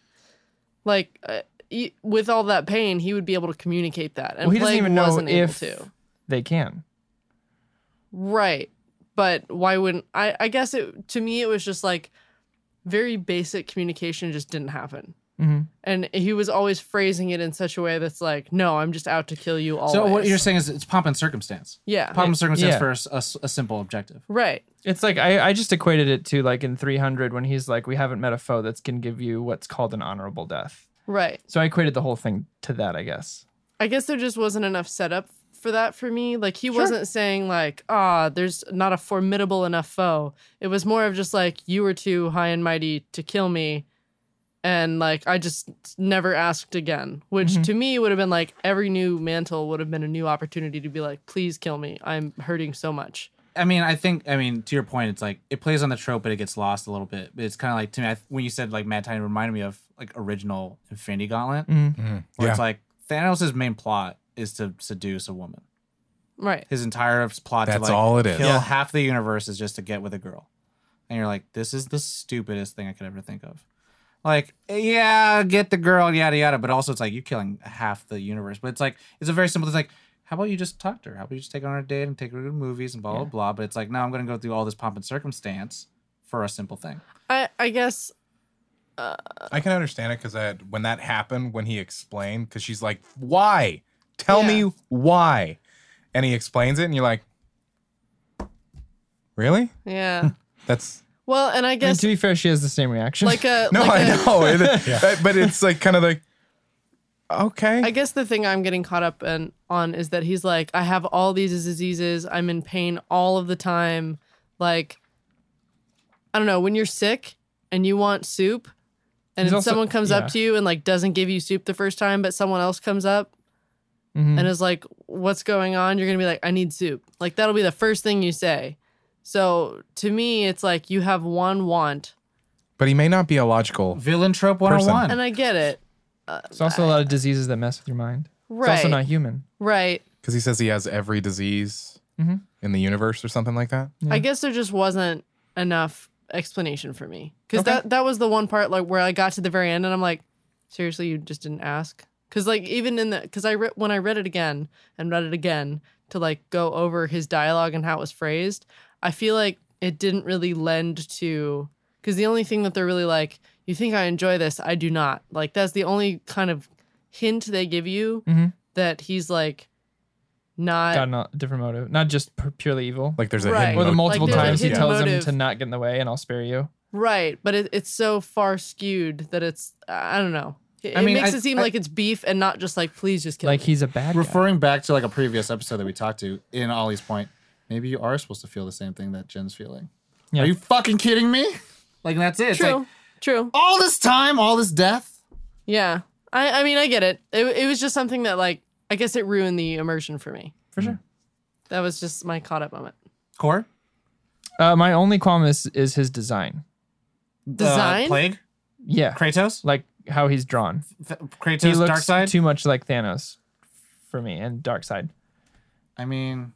Like uh, e- with all that pain, he would be able to communicate that, and well, he doesn't Plague even know wasn't able if to. they can. Right. But why wouldn't I? I guess it to me it was just like very basic communication just didn't happen. Mm-hmm. And he was always phrasing it in such a way that's like, no, I'm just out to kill you always. So what you're saying is it's pomp and circumstance. yeah, Pomp and circumstance Yeah. for a s- a, s- a simple objective. right, It's like I, I just equated it to like in 300 when he's like, we haven't met a foe that's can give you what's called an honorable death. right. So I equated the whole thing to that, I guess. I guess there just wasn't enough setup for that for me. Like he wasn't saying like, ah, there's not a formidable enough foe. It was more of just like you were too high and mighty to kill me. And like I just never asked again, which to me would have been like every new mantle would have been a new opportunity to be like, please kill me. I'm hurting so much. I mean, I think, I mean, to your point, it's like it plays on the trope, but it gets lost a little bit. But it's kind of like to me I, when you said like Mad Titan it reminded me of like original Infinity Gauntlet, where Mm, Yeah. it's like Thanos' main plot is to seduce a woman. Right. His entire plot to That's like all it is. kill Yeah. half the universe is just to get with a girl, and you're like, this is the stupidest thing I could ever think of. Like, yeah, get the girl, yada yada. But also, it's like you're killing half the universe. But it's like it's a very simple. It's like, how about you just talk to her? How about you just take her on a date and take her to movies and blah blah blah. But it's like, no, I'm gonna go through all this pomp and circumstance for a simple thing. I, I guess I can understand it because when that happened, when he explained, because she's like, "Why? Tell Yeah. me why," and he explains it, and you're like, "Really? yeah. That's well, and I And guess to be fair, she has the same reaction. like a no, like I a- *laughs* know." *laughs* It- but- But it's like kind of like, okay, I guess the thing I'm getting caught up in, on is that he's like, I have all these diseases. I'm in pain all of the time. Like, I don't know. When you're sick and you want soup, and He's then also- someone comes yeah. up to you and like doesn't give you soup the first time, but someone else comes up Mhm. and is like, "What's going on?" You're gonna be like, "I need soup." Like that'll be the first thing you say. So to me, it's like you have one want, but he may not be illogical. Villain trope 101. and I get it. There's also a lot of diseases that mess with your mind. It's also Right. not human. Right. Because he says he has every disease Mm-hmm. in the universe or something like that. I guess there just wasn't enough explanation for me because that that was the one part like where I got to the very end and I'm like, seriously, you just didn't ask because like even in the because I re- when I read it again and read it again to like go over his dialogue and how it was phrased, I feel like it didn't really lend to because the only thing that they're really like, you think I enjoy this, I do not. Like that's the only kind of hint they give you Mhm. that he's like not Got a different motive, not just pu- purely evil. Like there's a Right. hidden or the motive. multiple there's a times he hidden tells him motive. to not get in the way and I'll spare you. right, but it, it's so far skewed that it's I don't know. It, I it mean, makes I- it seem I- like it's beef and not just like please just kill Like me. he's a bad guy. Referring back to like a previous episode that we talked to, in Ollie's point, maybe you are supposed to feel the same thing that Jen's feeling. Yeah. Are you fucking kidding me? Like that's it. It's true, like, true. all this time, all this death. Yeah. I, I mean, I get it. it. It was just something that, like, I guess it ruined the immersion for me. For sure. That was just my caught up moment. Core Uh, my only qualm is is his design. Design? plague, Yeah, Kratos, like how he's drawn. Th- He Kratos, looks Dark Side. too much like Thanos for me and Dark Side. I mean,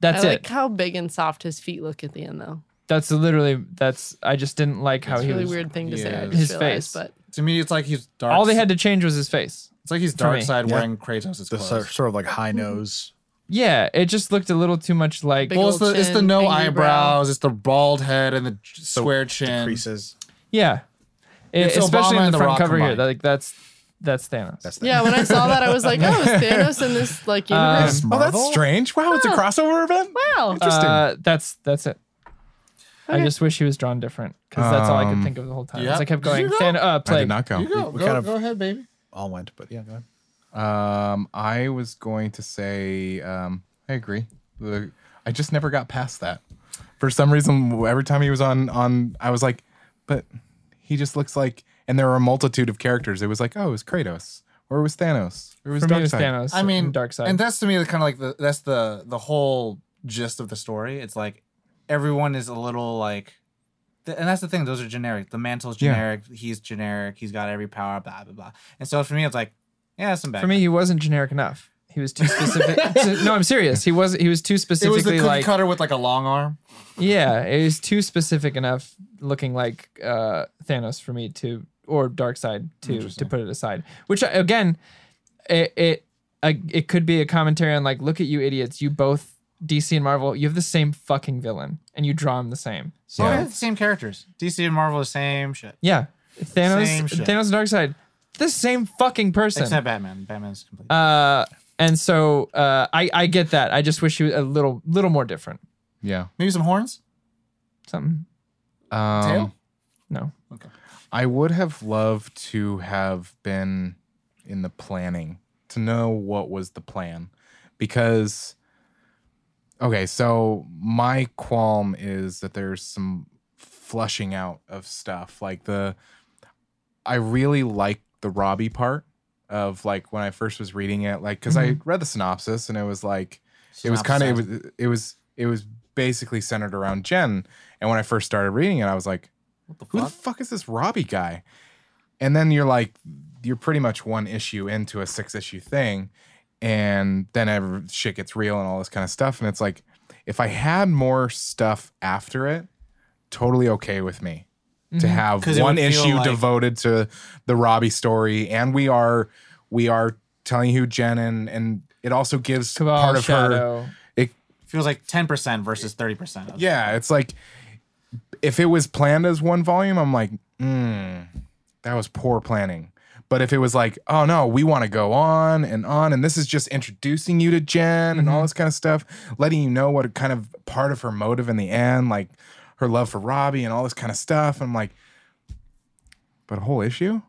That's I it. like how big and soft his feet look at the end, though. that's literally that's I just didn't like how It's a he really was. weird thing to say. I Yeah. just His face. realized, But to me, it's like he's dark. All they had to change was his face. It's like he's for me. Dark Side Yeah. wearing Kratos' The clothes. sort sort of like high nose. Yeah, it just looked a little too much like Big Well, it's old the it's the chin, no angry brow. eyebrows, it's the bald head and the j- square The chin. creases. yeah. It- It's Obama especially in and the The front Rock cover here. combined. that- Like that's that's Oh. Thanos. That's the yeah, when I saw that, I was like, *laughs* oh, is Thanos in this, like, Um, universe? Oh, that's strange. Wow, it's a crossover event. wow. Interesting. Uh, that's that's it. I just wish he was drawn different because that's all I could Um, think of the whole time. yeah. As I kept Did going, you go? Than- uh, I plague. did not go. You go, We- we go, kind of- go ahead, baby. all went, but yeah, go ahead. Um, I was going to say, um, I agree. The, I just never got past that. For some reason, every time he was on, on, I was like, but he just looks like, and there were a multitude of characters. It was like, oh, it was Kratos, or it was Thanos, or it was For me, it was Darkseid. Thanos. I mean, and Dark Side. and that's to me the kind of like the that's the the whole gist of the story. It's like everyone is a little like, th- and that's the thing. Those are generic. The mantle's Yeah. generic. He's generic. He's got every power. Blah blah blah. And so for me, it's like, yeah, some bad. For me, he wasn't generic enough. He was too specific. So- no, I'm serious. He was he was it too was the specifically cookie like cutter with like a long arm. yeah, it was too specific enough looking like uh, Thanos for me to or Dark Side to to put it aside. Which I- again, it it I, it could be a commentary on like look at you idiots, you both DC and Marvel, you have the same fucking villain and you draw him the same. So Yeah. the same characters. DC and Marvel, the same shit. yeah, Thanos, Same shit. Thanos and Dark Side, the same fucking person. Except Batman. Batman's complete. Uh, and so uh, I I get that. I just wish he was a little little more different. Yeah. Maybe some horns. Something Um, Tail? no. I would have loved to have been in the planning to know what was the plan because okay, so my qualm is that there's some flushing out of stuff like the I really like the Robbie part of like when I first was reading it like because I read the synopsis and it was like it was kind of it was it was it was basically centered around Jen and when I first started reading it I was like What the who fuck? the fuck is this Robbie guy? And then you're like, you're pretty much one issue into a six issue thing. And then ev- shit gets real and all this kind of stuff. And it's like, if I had more stuff after it, totally okay with me to have Mm-hmm. 'Cause it one would feel issue like- devoted to the Robbie story. And we are, we are telling you Jen and, and it also gives Cabal, part of her. Shadow. It Feels like ten percent versus thirty percent. yeah, it's like if it was planned as one volume, I'm like, mm, that was poor planning. But if it was like, oh no, we want to go on and on, and this is just introducing you to Jen and all this kind of stuff, letting you know what kind of part of her motive in the end, like her love for Robbie and all this kind of stuff. I'm like, but a whole issue?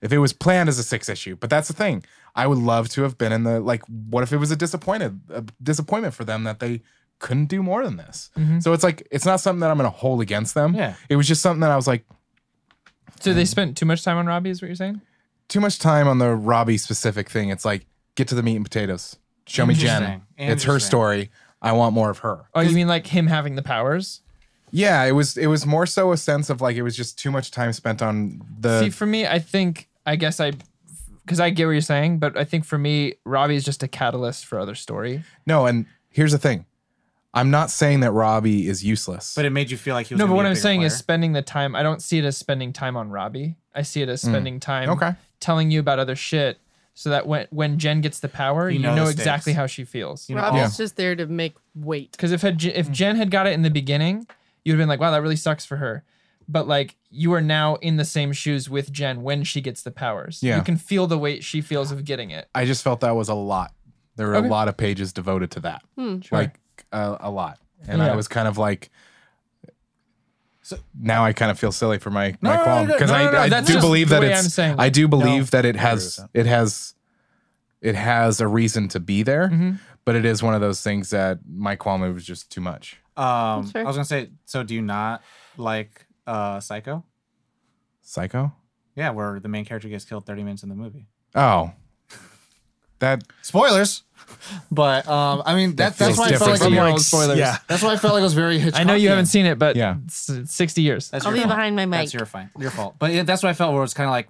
If it was planned as a six issue, but that's the thing. I would love to have been in the like. What if it was a disappointed a disappointment for them that they couldn't do more than this? So it's like it's not something that I'm going to hold against them. Mm-hmm. Yeah. it was just something that I was like So they spent too much time on Robbie, is what you're saying? too much time on the Robbie specific thing. It's like get to the meat and potatoes. Show me Jen. Interesting. It's her Interesting. story. I want more of her. Oh, you mean like him having the powers? Yeah, it was it was more so a sense of like it was just too much time spent on the See, for me, I think I guess I because I get what you're saying, but I think for me, Robbie is just a catalyst for other story. No, and here's the thing. I'm not saying that Robbie is useless. But it made you feel like he was. No, gonna but be what a I'm bigger saying is player. spending the time. I Mm. don't see it as spending time on Robbie. I see it as spending time Okay. telling you about other shit so that when when Jen gets the power, You you, know know, the stakes. exactly how she feels. You know, Mm. Rob all- is just there to make weight. Because if had, Je- if Jen had got it in the beginning, you'd have been like, "Wow, that really sucks for her." But like, you are now in the same shoes with Jen when she gets the powers. Yeah. you can feel the weight she feels of getting it. I just felt that was a lot. There were Okay. a lot of pages devoted to that, like uh, a lot, and I Yeah. was kind of like. now I kind of feel silly for my No, my no, qualm no, no, because no, I, no, no, I that's do just believe the that way it's I'm saying I it. do believe that it I agree has with it has it has a reason to be there, but it is one of those things that my qualm it was just too much. Um, fair. I was gonna say. So, do you not like uh, Psycho? Psycho. Yeah, where the main character gets killed 30 minutes in the movie. Oh, that Spoilers. *laughs* But um, I mean that, that's feels why I felt different like from it yours. was- spoilers. Yeah. that's why I felt like it was very Hitchcock. Oh I know you haven't seen it, but Yeah. yeah, sixty years. That's I'll your be fault. behind my mic. That's your fine, your fault. But yeah, that's what I felt where it's kind of like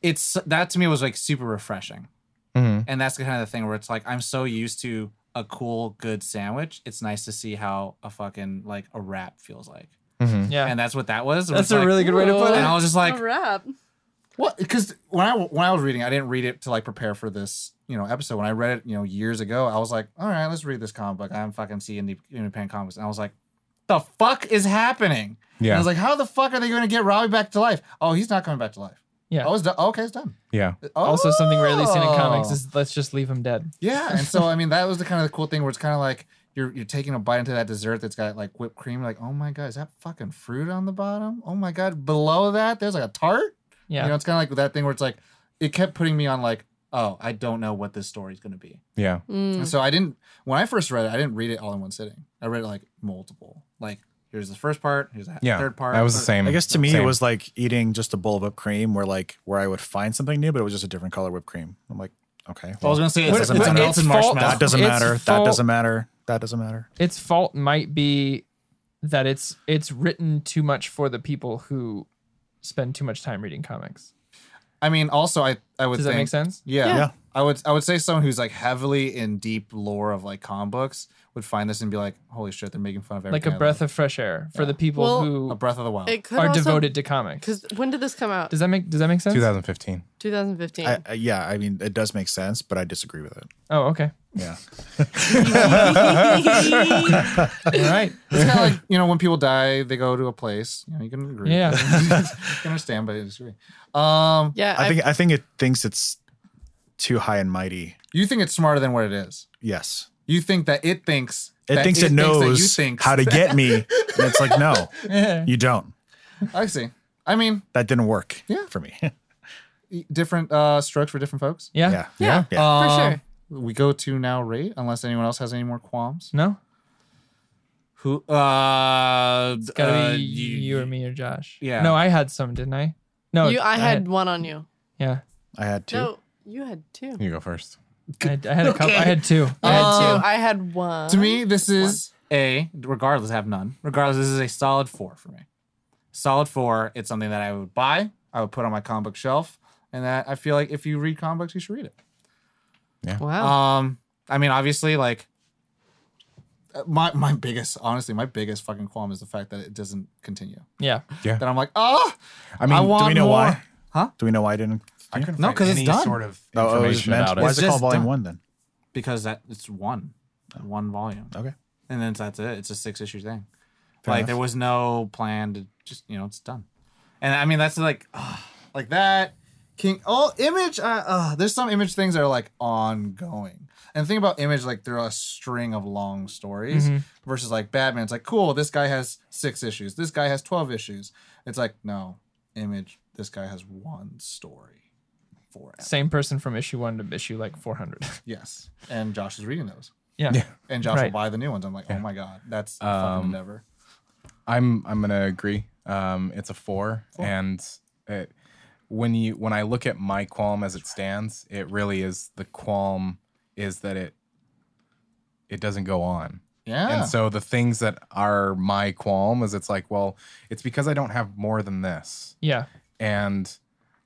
it's that to me was like super refreshing, mhm. and that's the kind of the thing where it's like I'm so used to a cool good sandwich. It's nice to see how a fucking like a wrap feels like, mm-hmm. yeah, and that's what that was. It that's was a like- really good way to put And I it. was just like, wrap. Well, because when I when I was reading, I didn't read it to like prepare for this you know episode. When I read it, you know, years ago, I was like, all right, let's read this comic book. I'm fucking seeing the independent comics, and I was like, the fuck is happening? And Yeah. I was like, how the fuck are they going to get Robbie back to life? Oh, he's not coming back to life. Yeah. Oh, it's done. okay, it's done. yeah. Also, something rarely seen in comics Oh. is let's just leave him dead. Yeah, and so I mean that was the kind of the cool thing where it's kind of like you're you're taking a bite into that dessert that's got like whipped cream. Like, oh my god, is that fucking fruit on the bottom? Oh my god, below that there's like a tart. Yeah, You know, it's kind of like that thing where it's like it kept putting me on like, oh, I don't know what this story's going to be. Yeah. Mm. And Mm-hmm. so I didn't when I first read it, I didn't read it all in one sitting. I read it like multiple. Like here's the first part, here's the Yeah. third part. That was the third- same. I guess to me same. it was like eating just a bowl of whipped cream, where like where I would find something new, but it was just a different color whipped cream. I'm like, okay, I was well, going to say What- it's, it's what- a melted it's fault- marshmallow. that doesn't It's matter. That fault- doesn't matter. That doesn't matter. its fault might be that it's it's written too much for the people who spend too much time reading comics. I mean, also I I would Does that think make sense? Yeah. Yeah. I would I would say someone who's like heavily in deep lore of like comic books would find this and be like, holy shit, they're making fun of everything. Like a breath of fresh air for the people Well- a who breath of the wild. It could are also, devoted to comics. Because when did this come out? Does that make Does that make sense? 2015. 2015. I, I, Uh, yeah, I mean it does make sense, but I disagree with it. Oh, okay. Yeah, *laughs* All right. It's kind *laughs* of like you know when people die, they go to a place. You know, you can agree. Yeah. you can understand, but I disagree. Um, yeah, I think I think it thinks it's too high and mighty. you think it's smarter than what it is. Yes, You think that it thinks it that thinks it, that you knows think how to get *laughs* me, and it's like, no, you don't. I see. I mean, That didn't work. Yeah. for me. different uh, strokes for different folks. Yeah. *laughs* yeah, Yeah. yeah. Um, sure. We go to now rate, unless anyone else has any more qualms. No. Who? Uh, It's gotta be you, or me or Josh. yeah. No, I had some, didn't I? No. you, I had one on you. yeah. I had to. No, you had two. You go first. I, I had a couple. I had two. I had Um, Oh. two. I had one. To me, this is a regardless. I have none. Regardless, this is a solid four for me. Solid four. It's something that I would buy. I would put on my comic book shelf, and that I feel like if you read comic books, you should read it. Wow. Um, I mean, obviously, like Uh, my my biggest, honestly, my biggest fucking qualm is the fact that it doesn't continue. Yeah. That I'm like, oh, I mean, I want Do we know more. why? Huh? Do we know why I didn't? I couldn't No, find 'cause it's any done. sort of Oh, it was information meant- about it. Why is it It's just called Volume done. One then? because that it's one, Oh. one volume, Okay. and then that's it. It's a six issue thing. Fair like enough. there was no plan to just you know it's done, and I mean that's like ah, like that King. Oh, image. Uh, uh, there's some image things that are like ongoing. And the thing about image, like they're a string of long stories Mm-hmm. versus like Batman. It's like cool. This guy has six issues. This guy has twelve issues. It's like no, image. This guy has one story. Forever. Same person from issue one to issue like 400. Yes, and Josh is reading those. *laughs* yeah. Yeah. and Josh will Right. buy the new ones. I'm like, oh my god, that's a fucking Um, endeavor. I'm I'm gonna agree. Um, it's a four, and it, when you when I look at my qualm as it stands, it really is the qualm is that it it doesn't go on. Ah. Yeah. And so the things that are my qualm is it's like, well, it's because I don't have more than this, Yeah. and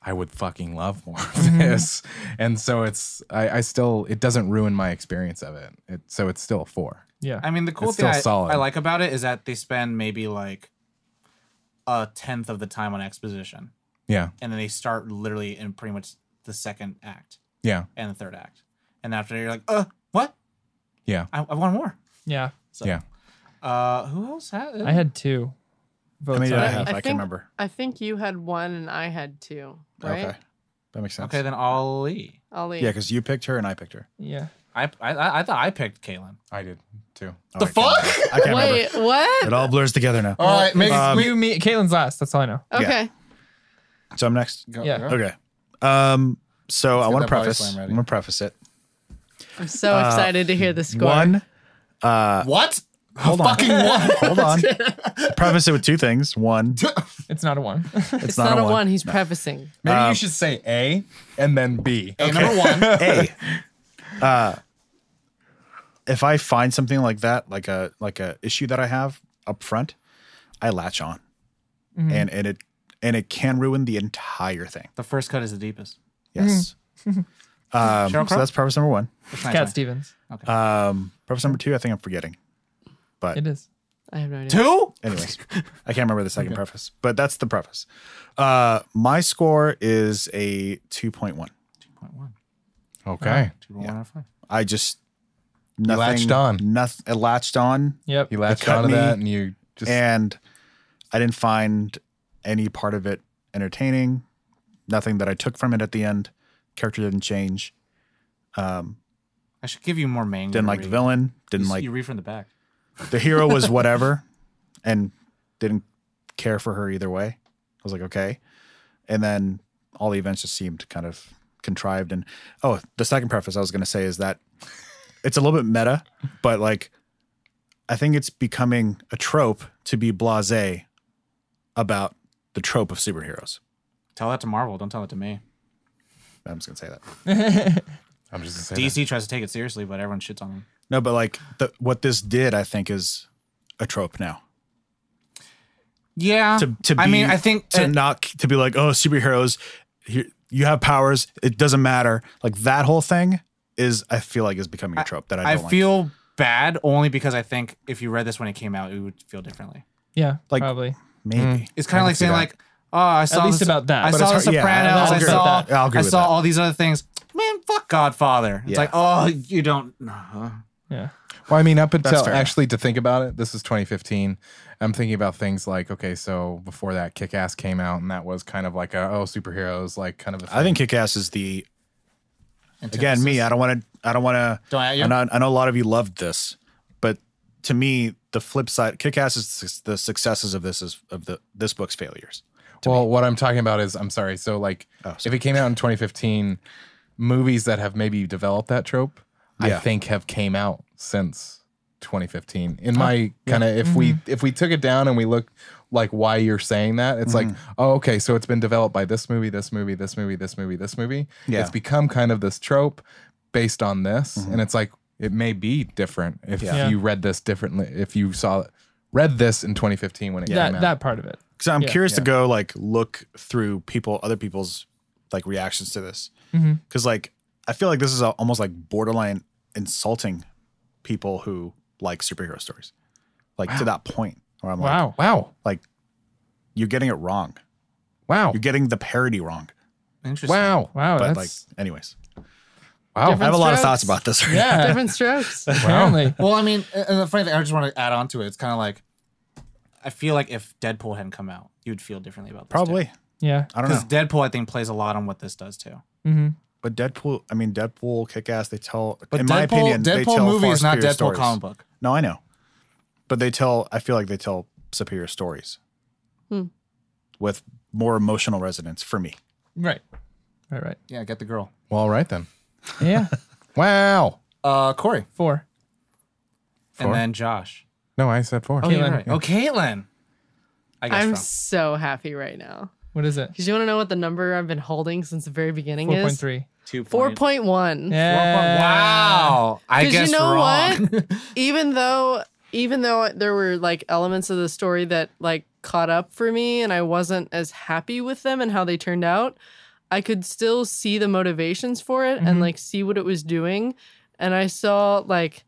I would fucking love more of this. And so it's I, I still it doesn't ruin my experience of it. it so it's still a four. Yeah. I mean, the cool It's thing still I, solid. I like about it is that they spend maybe like a tenth of the time on exposition, Yeah. and then they start literally in pretty much the second act. Yeah. and the third act. And after you're like, uh, what? Yeah. I, I want more. Yeah, So, Yeah. Uh, who else had? I had two How votes. many did on uh, I it. have? I I, can't think- remember. I think you had one and I had two, right? Okay. That makes sense. uh, okay, then Ali. Ali. Yeah, because you picked her and I picked her. Yeah. I I- I, I thought I picked Kaylin. I did too. the fuck? I can't remember. Wait, what? It all blurs together now. All right, Uh, make Um, you, me, Caitlin's last. That's all I know. Okay. So I'm next. yeah. Okay. Um, so I get want to that body preface. slam I'm ready. gonna preface it. I'm so excited to hear the score. One, what? hold on, Fucking what? hold *laughs* on. preface it with two things. One, it's, It's not a one. *laughs* It's not, a one. He's prefacing. *laughs* Maybe you should say A and then B. Okay, number one. A. Uh, if I find something like that, like a like a issue that I have up front, I latch on, Mm-hmm. and and it and it can ruin the entire thing. *laughs* The first cut is the deepest. Yes. *laughs* Mm-hmm. um, Sheryl so Crow? that's preface number one. It's nice Cat one. Stevens. Um, preface number two, I think I'm forgetting. But It is. I have no idea. Two? Anyways, I can't remember the second preface, but that's the preface. Uh, my score is a 2.1. Point one. *laughs* Okay. Two roll one out of five. I just nothing, latched on. Nothing, I latched on, Yep. You latched cut onto me that and you just and I didn't find any part of it entertaining. Nothing that I took from it at the end. Character didn't change. Um, I should give you more main. Didn't like the villain. Didn't You, like you read from the back. the hero was whatever, and didn't care for her either way. I was like, okay. And then all the events just seemed kind of contrived. And oh, the second preface I was going to say is that it's a little bit meta, but like, I think it's becoming a trope to be blase about the trope of superheroes. Tell that to Marvel. Don't tell it to me. I'm just going to say that. I'm just gonna say DC tries to take it seriously, but everyone shits on them. No, but like, the, what this did, I think, is a trope now. Yeah. to, to be, Uh, I mean, I think to uh, not to be like, oh, superheroes, you, you have powers, it doesn't matter. Like that whole thing is, I feel like, is becoming a trope that I I don't feel bad only because I think if you read this when it came out, it would feel differently. Yeah. Like- probably. like. Maybe It's kind of like see saying that. like, oh, I saw least this- about that. I But saw The it's hard- yeah, Sopranos. I'll I agree with saw. that. I'll agree I with saw that. all these other things. Man, fuck Godfather. It's Yeah. like, oh, you don't. uh-huh. Yeah. Well, I mean, up until fair. actually to think about it, this is 2015. I'm thinking about things like, okay, so before that, Kick Ass came out, and that was kind of like a oh, superheroes, like kind of a thing. I think Kick Ass is the again me. I don't want to. I don't want to. Don't I- I, know- I know a lot of you loved this, but to me, the flip side, Kick Ass is su- the successes of this is of the this book's failures. well, what I'm talking about is, I'm sorry. So, like, Oh, if it came out in 2015, movies that have maybe developed that trope, I Yeah. think have came out since 2015. Oh, In my kind of, if we Mm-hmm. if we took it down and we look like why you're saying that, it's like, Mm-hmm. oh, okay, so it's been developed by this movie, this movie, this movie, this movie, this movie. Yeah. Mm-hmm. It's become kind of this trope based on this, and it's like it may be different if Yeah. you read this differently, if you saw it. Read this in 2015 when it came That out. that part of it. Because I'm Yeah. curious to go like look through people, other people's like reactions to this. Mm-hmm. Because like I feel like this is a, almost like borderline insulting people who like superhero stories, like to that point where I'm like, Wow. wow, like you're getting it wrong. wow, You're getting the parody wrong. Interesting. wow, Oh, Wow. But that's like, anyways, wow. I have a lot of strokes. thoughts about this. Yeah. *laughs* Different strokes. apparently. Well, I mean, and the funny thing, I just want to add on to it. It's kind of like, I feel like if Deadpool hadn't come out, you would feel differently about this. *laughs* Probably. yeah. I don't know. Because Deadpool, I think, plays a lot on what this does too. But Deadpool, I mean, Deadpool, Kick Ass, they tell, But in Deadpool, my opinion, they Deadpool tell movie far is not superior Deadpool stories. comic book. No, I know. But they tell, I feel like they tell superior stories Hmm. with more emotional resonance for me. Right. Right. Right. Yeah, get the girl. Well, all right then. Yeah. Wow. Uh, Corey, Four. and then Josh. No, I said four. Oh, you're Caitlin. right. Oh, Caitlin. I guess I'm wrong. so happy right now. What is it? Because you want to know what the number I've been holding since the very beginning Four point is? three. Two point- 4.1. Yeah. Wow. I 'Cause you guess know wrong. *laughs* what? even though even though there were like elements of the story that like caught up for me and I wasn't as happy with them and how they turned out, I could still see the motivations for it and like see what it was doing. And I saw like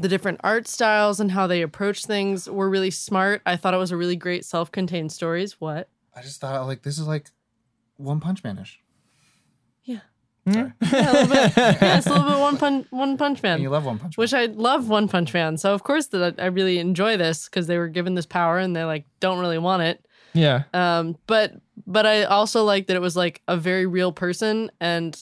the different art styles and how they approach things were really smart. I thought it was a really great self-contained stories. What? I just thought like this is like One Punch Manish. Yeah. Hmm? *laughs* Yeah, a little bit. yeah, it's a little bit one punch, one punch man. And you love One Punch Man. Which I love One Punch Man. So of course that I I really enjoy this because they were given this power and they like don't really want it. *laughs* Yeah. Um, but but I also like that it was like a very real person, and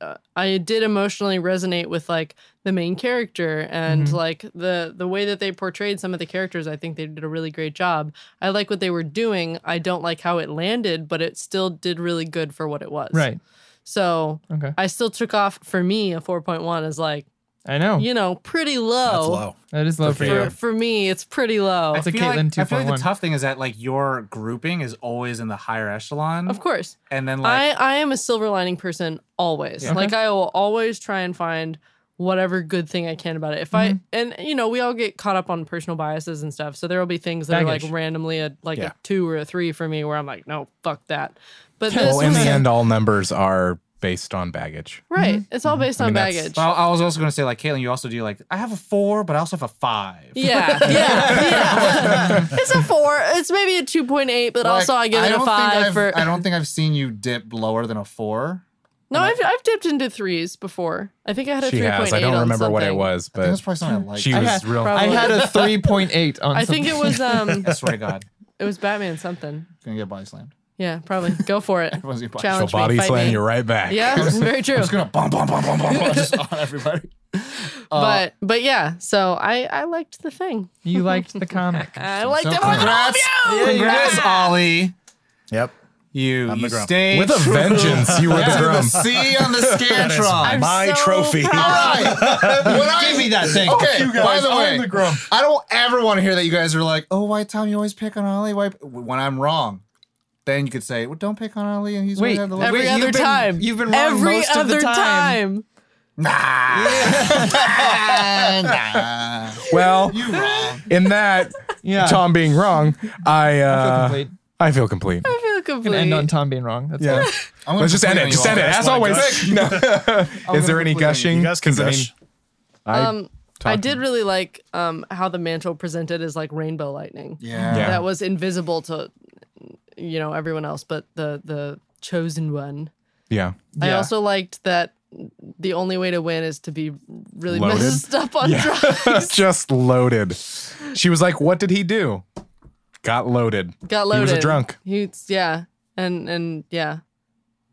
uh, I did emotionally resonate with like the main character and like the the way that they portrayed some of the characters. I think they did a really great job. I like what they were doing. I don't like how it landed, but it still did really good for what it was. Right. So Okay. I still took off for me a four point one is like I know. you know pretty low. That's low. That is low for For, you. for me, it's pretty low. That's a I feel Caitlyn like, I feel like 2.1. the tough thing is that like your grouping is always in the higher echelon. of course. And then like I, I am a silver lining person always. Yeah. Like I will always try and find whatever good thing I can about it. If I and you know, we all get caught up on personal biases and stuff. So there will be things that are Baggage. like randomly a like Yeah. a two or a three for me where I'm like, no, fuck that. But this Well, in was- the end, all numbers are based on baggage. right. It's all based on mean, that's- baggage. well, I was also gonna say like Caitlin, you also do like I have a four, but I also have a five. Yeah, yeah, yeah. it's a four. It's maybe a two point eight, but Like, also I give it a don't think I've- five for. I don't think I've seen you dip lower than a four. no, I've, I've dipped into threes before. I think I had a She three point eight. has. I don't on remember what it something. was, I think that's but probably something I like. she I, was real. probably- I had a 3.8 on *laughs* I think it something. was um, I swear to God, it was Batman something. gonna get body slammed. Yeah, probably. Go *laughs* for it. *laughs* Everyone's gonna She'll Challenge body me, fight slam me. you right back. Yeah, very true. It's gonna bomb, bomb, bomb, bomb, bomb, bomb just on everybody. uh, but but yeah, so I I liked the thing. *laughs* You liked *laughs* the comic. I liked So it more than all of congrats, you. congrats, Ollie. Yep. You, you the grump. stay *laughs* With a true vengeance, you were the to the grump. sea on the *laughs* Scantron. My so *laughs* *laughs* trophy. proud. Give me that thing. Okay, by the way, I'm the grump. I don't ever want to hear that you guys are like, oh, why Tom, you always pick on Ollie? Why? When I'm wrong, then you could say, well, don't pick on Ollie, and he's Wait, gonna have the Every Wait, other you've been- time. you've been wrong every most of the other time. *laughs* nah. Well, you wrong. in that, Yeah. Tom being wrong, I uh, complete. I feel complete. I feel Can complete. end on Tom being wrong. That's Yeah. yeah. I'm gonna Let's just end complete on it. you Just all. end it. As That's why I always. gush. *laughs* No. Is gonna there any complete on you. gushing? You guys can 'Cause, I mean, gush. I- I Talk- did really like um how the mantle presented as like rainbow lightning. Yeah. Yeah. That was invisible to you know everyone else but the the chosen one. yeah. I Yeah. also liked that the only way to win is to be really Loaded? messed up on *laughs* *laughs* drugs. just loaded. She was like, "What did he do? Got loaded. *laughs* Got loaded. He was a drunk. He's yeah, and and yeah,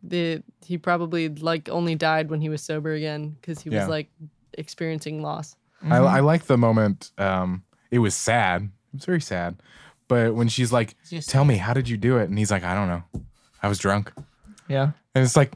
the he probably like only died when he was sober again because he Yeah. was like experiencing loss. Mm-hmm. I, I like the moment. Um, it was sad. It was very sad. But when she's like, "Tell me, how did you do it?" and he's like, "I don't know. I was drunk." Yeah. And it's like,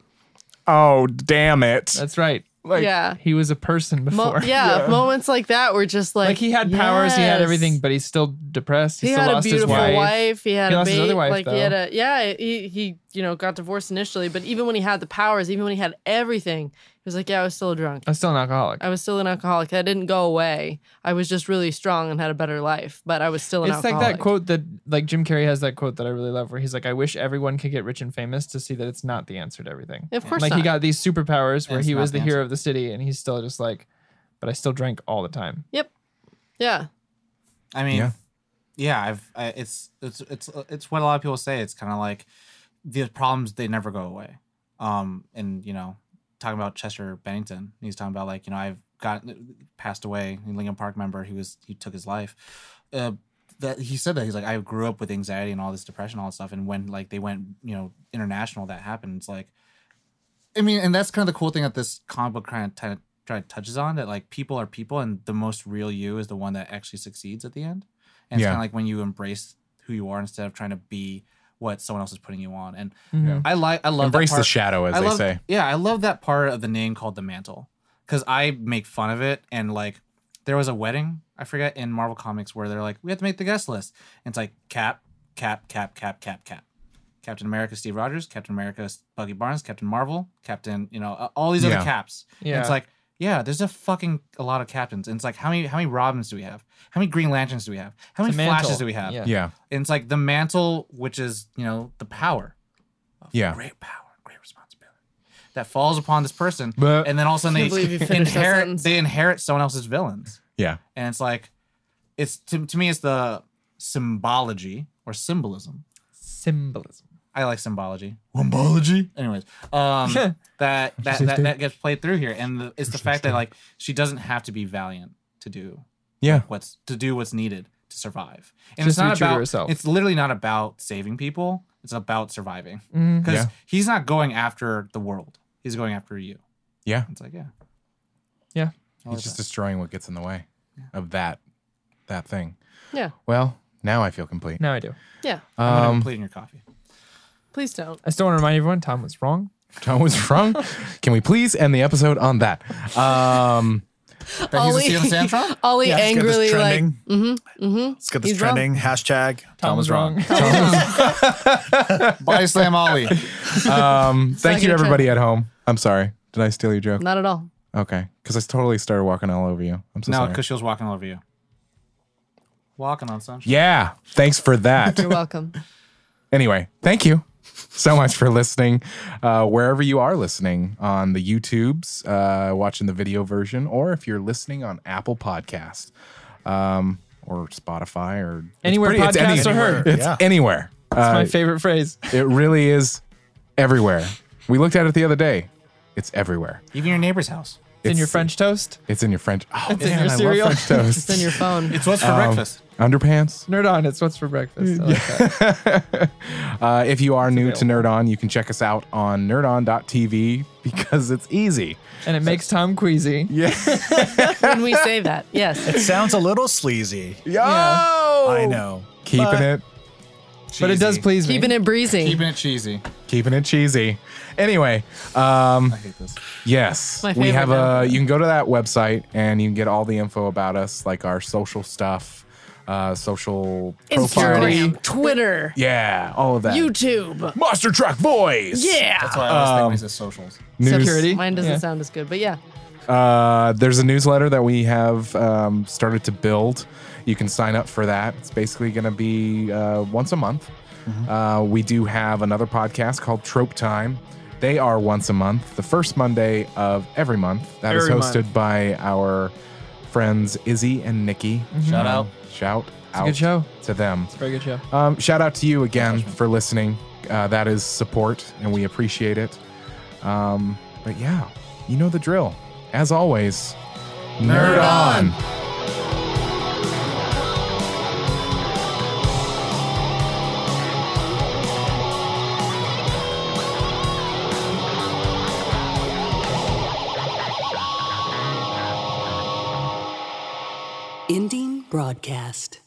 "Oh, damn it!" That's right. Like, yeah. He was a person Mo- before. yeah, moments like that were just *laughs* like Like he had powers, he had yes. everything, but he's still depressed. He, He, still had a lost his beautiful wife. wife. He had He a lost his ba- other wife, like he had though. a yeah. He, he you know got divorced initially, but even when he had the powers, even when he had everything, he was like, yeah, I was still drunk. I'm still an alcoholic. I was still an alcoholic. That didn't go away. I was just really strong and had a better life, but I was still an It's like alcoholic. that quote that like Jim Carrey has that quote that I really love where he's like, I wish everyone could get rich and famous to see that it's not the answer to everything. Of course like he not. got these superpowers where It's he not was the the hero of the city and he's still just like, but I still drank all the time. Yep. Yeah. I mean, Yeah. yeah, I've I, it's it's it's it's what a lot of people say. It's kind of like the problems they never go away. Um, and you know, talking about Chester Bennington, he's talking about like you know I've got passed away, a Lincoln Park member. He was he took his life. Uh, that he said that he's like I grew up with anxiety and all this depression, all this stuff. And when like they went you know international, that happened. It's like I mean, and that's kind of the cool thing that this comic book kind of kind of touches on that like people are people, and the most real you is the one that actually succeeds at the end. And it's Yeah. kind of like when you embrace who you are instead of trying to be what someone else is putting you on. And Mhm. I like I love that Embrace the part. shadow, as I they love, say. Yeah, I love that part of the name called the mantle because I make fun of it. And like, there was a wedding I forget in Marvel Comics where they're like, we have to make the guest list. And it's like Cap, Cap, Cap, Cap, Cap, Cap, Captain America, Steve Rogers, Captain America, Bucky Barnes, Captain Marvel, Captain, you know, uh, all these Yeah. other caps. And Yeah. it's like. Yeah, there's a fucking a lot of captains. And it's like how many how many Robins do we have? How many Green Lanterns do we have? How many It's a mantle. Flashes do we have? Yeah. Yeah. And it's like the mantle, which is, you know, the power Yeah. great power, great responsibility that falls upon this person, But- and then all of a sudden Can't believe you they finished that inherit sentence. they inherit someone else's villains, Yeah. and it's like it's to, to me it's the symbology or symbolism Symbolism. I like symbology. Symbology. Anyways, *laughs* um, that that that, that gets played through here, and the, it's the fact that like she doesn't have to be valiant to do Yeah. what's to do what's needed to survive. And Just it's not be true to about herself. it's literally not about saving people. It's about surviving Mhm. because Yeah. he's not going after the world. He's going after you. Yeah. It's like yeah, Yeah. I like He's just that. destroying what gets in the way of that that thing. Yeah. Well, now I feel complete. Now I do. Yeah. Uh, I'm gonna Um, complete in your coffee. Please don't. I still want to remind everyone Tom was wrong. Tom was wrong. Can we please end the episode on that? Um, That he's a seal of *laughs* Santron? Ollie angrily like mm-hmm, Let's get this He's wrong. trending. Hashtag *laughs* Tom, was was Um, wrong. Body slam *laughs* Ollie. um, thank you, your everybody at home. I'm sorry. Did I steal your joke? not at all. Okay, because I totally started walking all over you. I'm so No, sorry. because she was walking all over you. Walking on sunshine. Yeah. Thanks for that. *laughs* You're welcome. anyway, thank you so much for listening. Uh, wherever you are listening on the YouTubes, uh, watching the video version, or if you're listening on Apple Podcast um, or Spotify or it's Anywhere it's podcasts are heard. It's Yeah. anywhere. It's Uh, my favorite phrase. it really is everywhere. We looked at it the other day. It's everywhere. Even your neighbor's house. It's in It's- your French toast. It's in your French. Oh, It's in man, your I cereal. love French toast. It's in your phone. *laughs* It's Um, what's for breakfast. underpants. Nerd on. It's what's for breakfast. I like that. Uh, if you are new to available. Nerd On, you can check us out on nerdon.tv because it's easy. and it makes Tom queasy. when we say that, yes. It sounds a little sleazy. Yo! I know. Keeping But- it But it does Cheesy. please me. Keeping it breezy. Keeping it cheesy. keeping it cheesy. Anyway, um I hate this. yes, My we have favorite now. a you can go to that website and you can get all the info about us like our social stuff, uh social profile. Instagram, Twitter, Yeah, all of that. YouTube. Monster Truck Boys. Yeah. That's why I always Um, think these are socials. News. Security. Mine doesn't Yeah. sound as good, but yeah. Uh, there's a newsletter that we have um, started to build. You can sign up for that. It's basically going to be uh, once a month. Uh, we do have another podcast called Trope Time. They are once a month, the first Monday of every month. That is Every hosted by our friends Izzy and Nikki. Um, Shout out. Shout a out good show. to them. Very good show. Um, shout out to you again for listening. Uh, that is support, and we appreciate it. Um, but yeah, you know the drill. As always, nerd, on. Ending broadcast.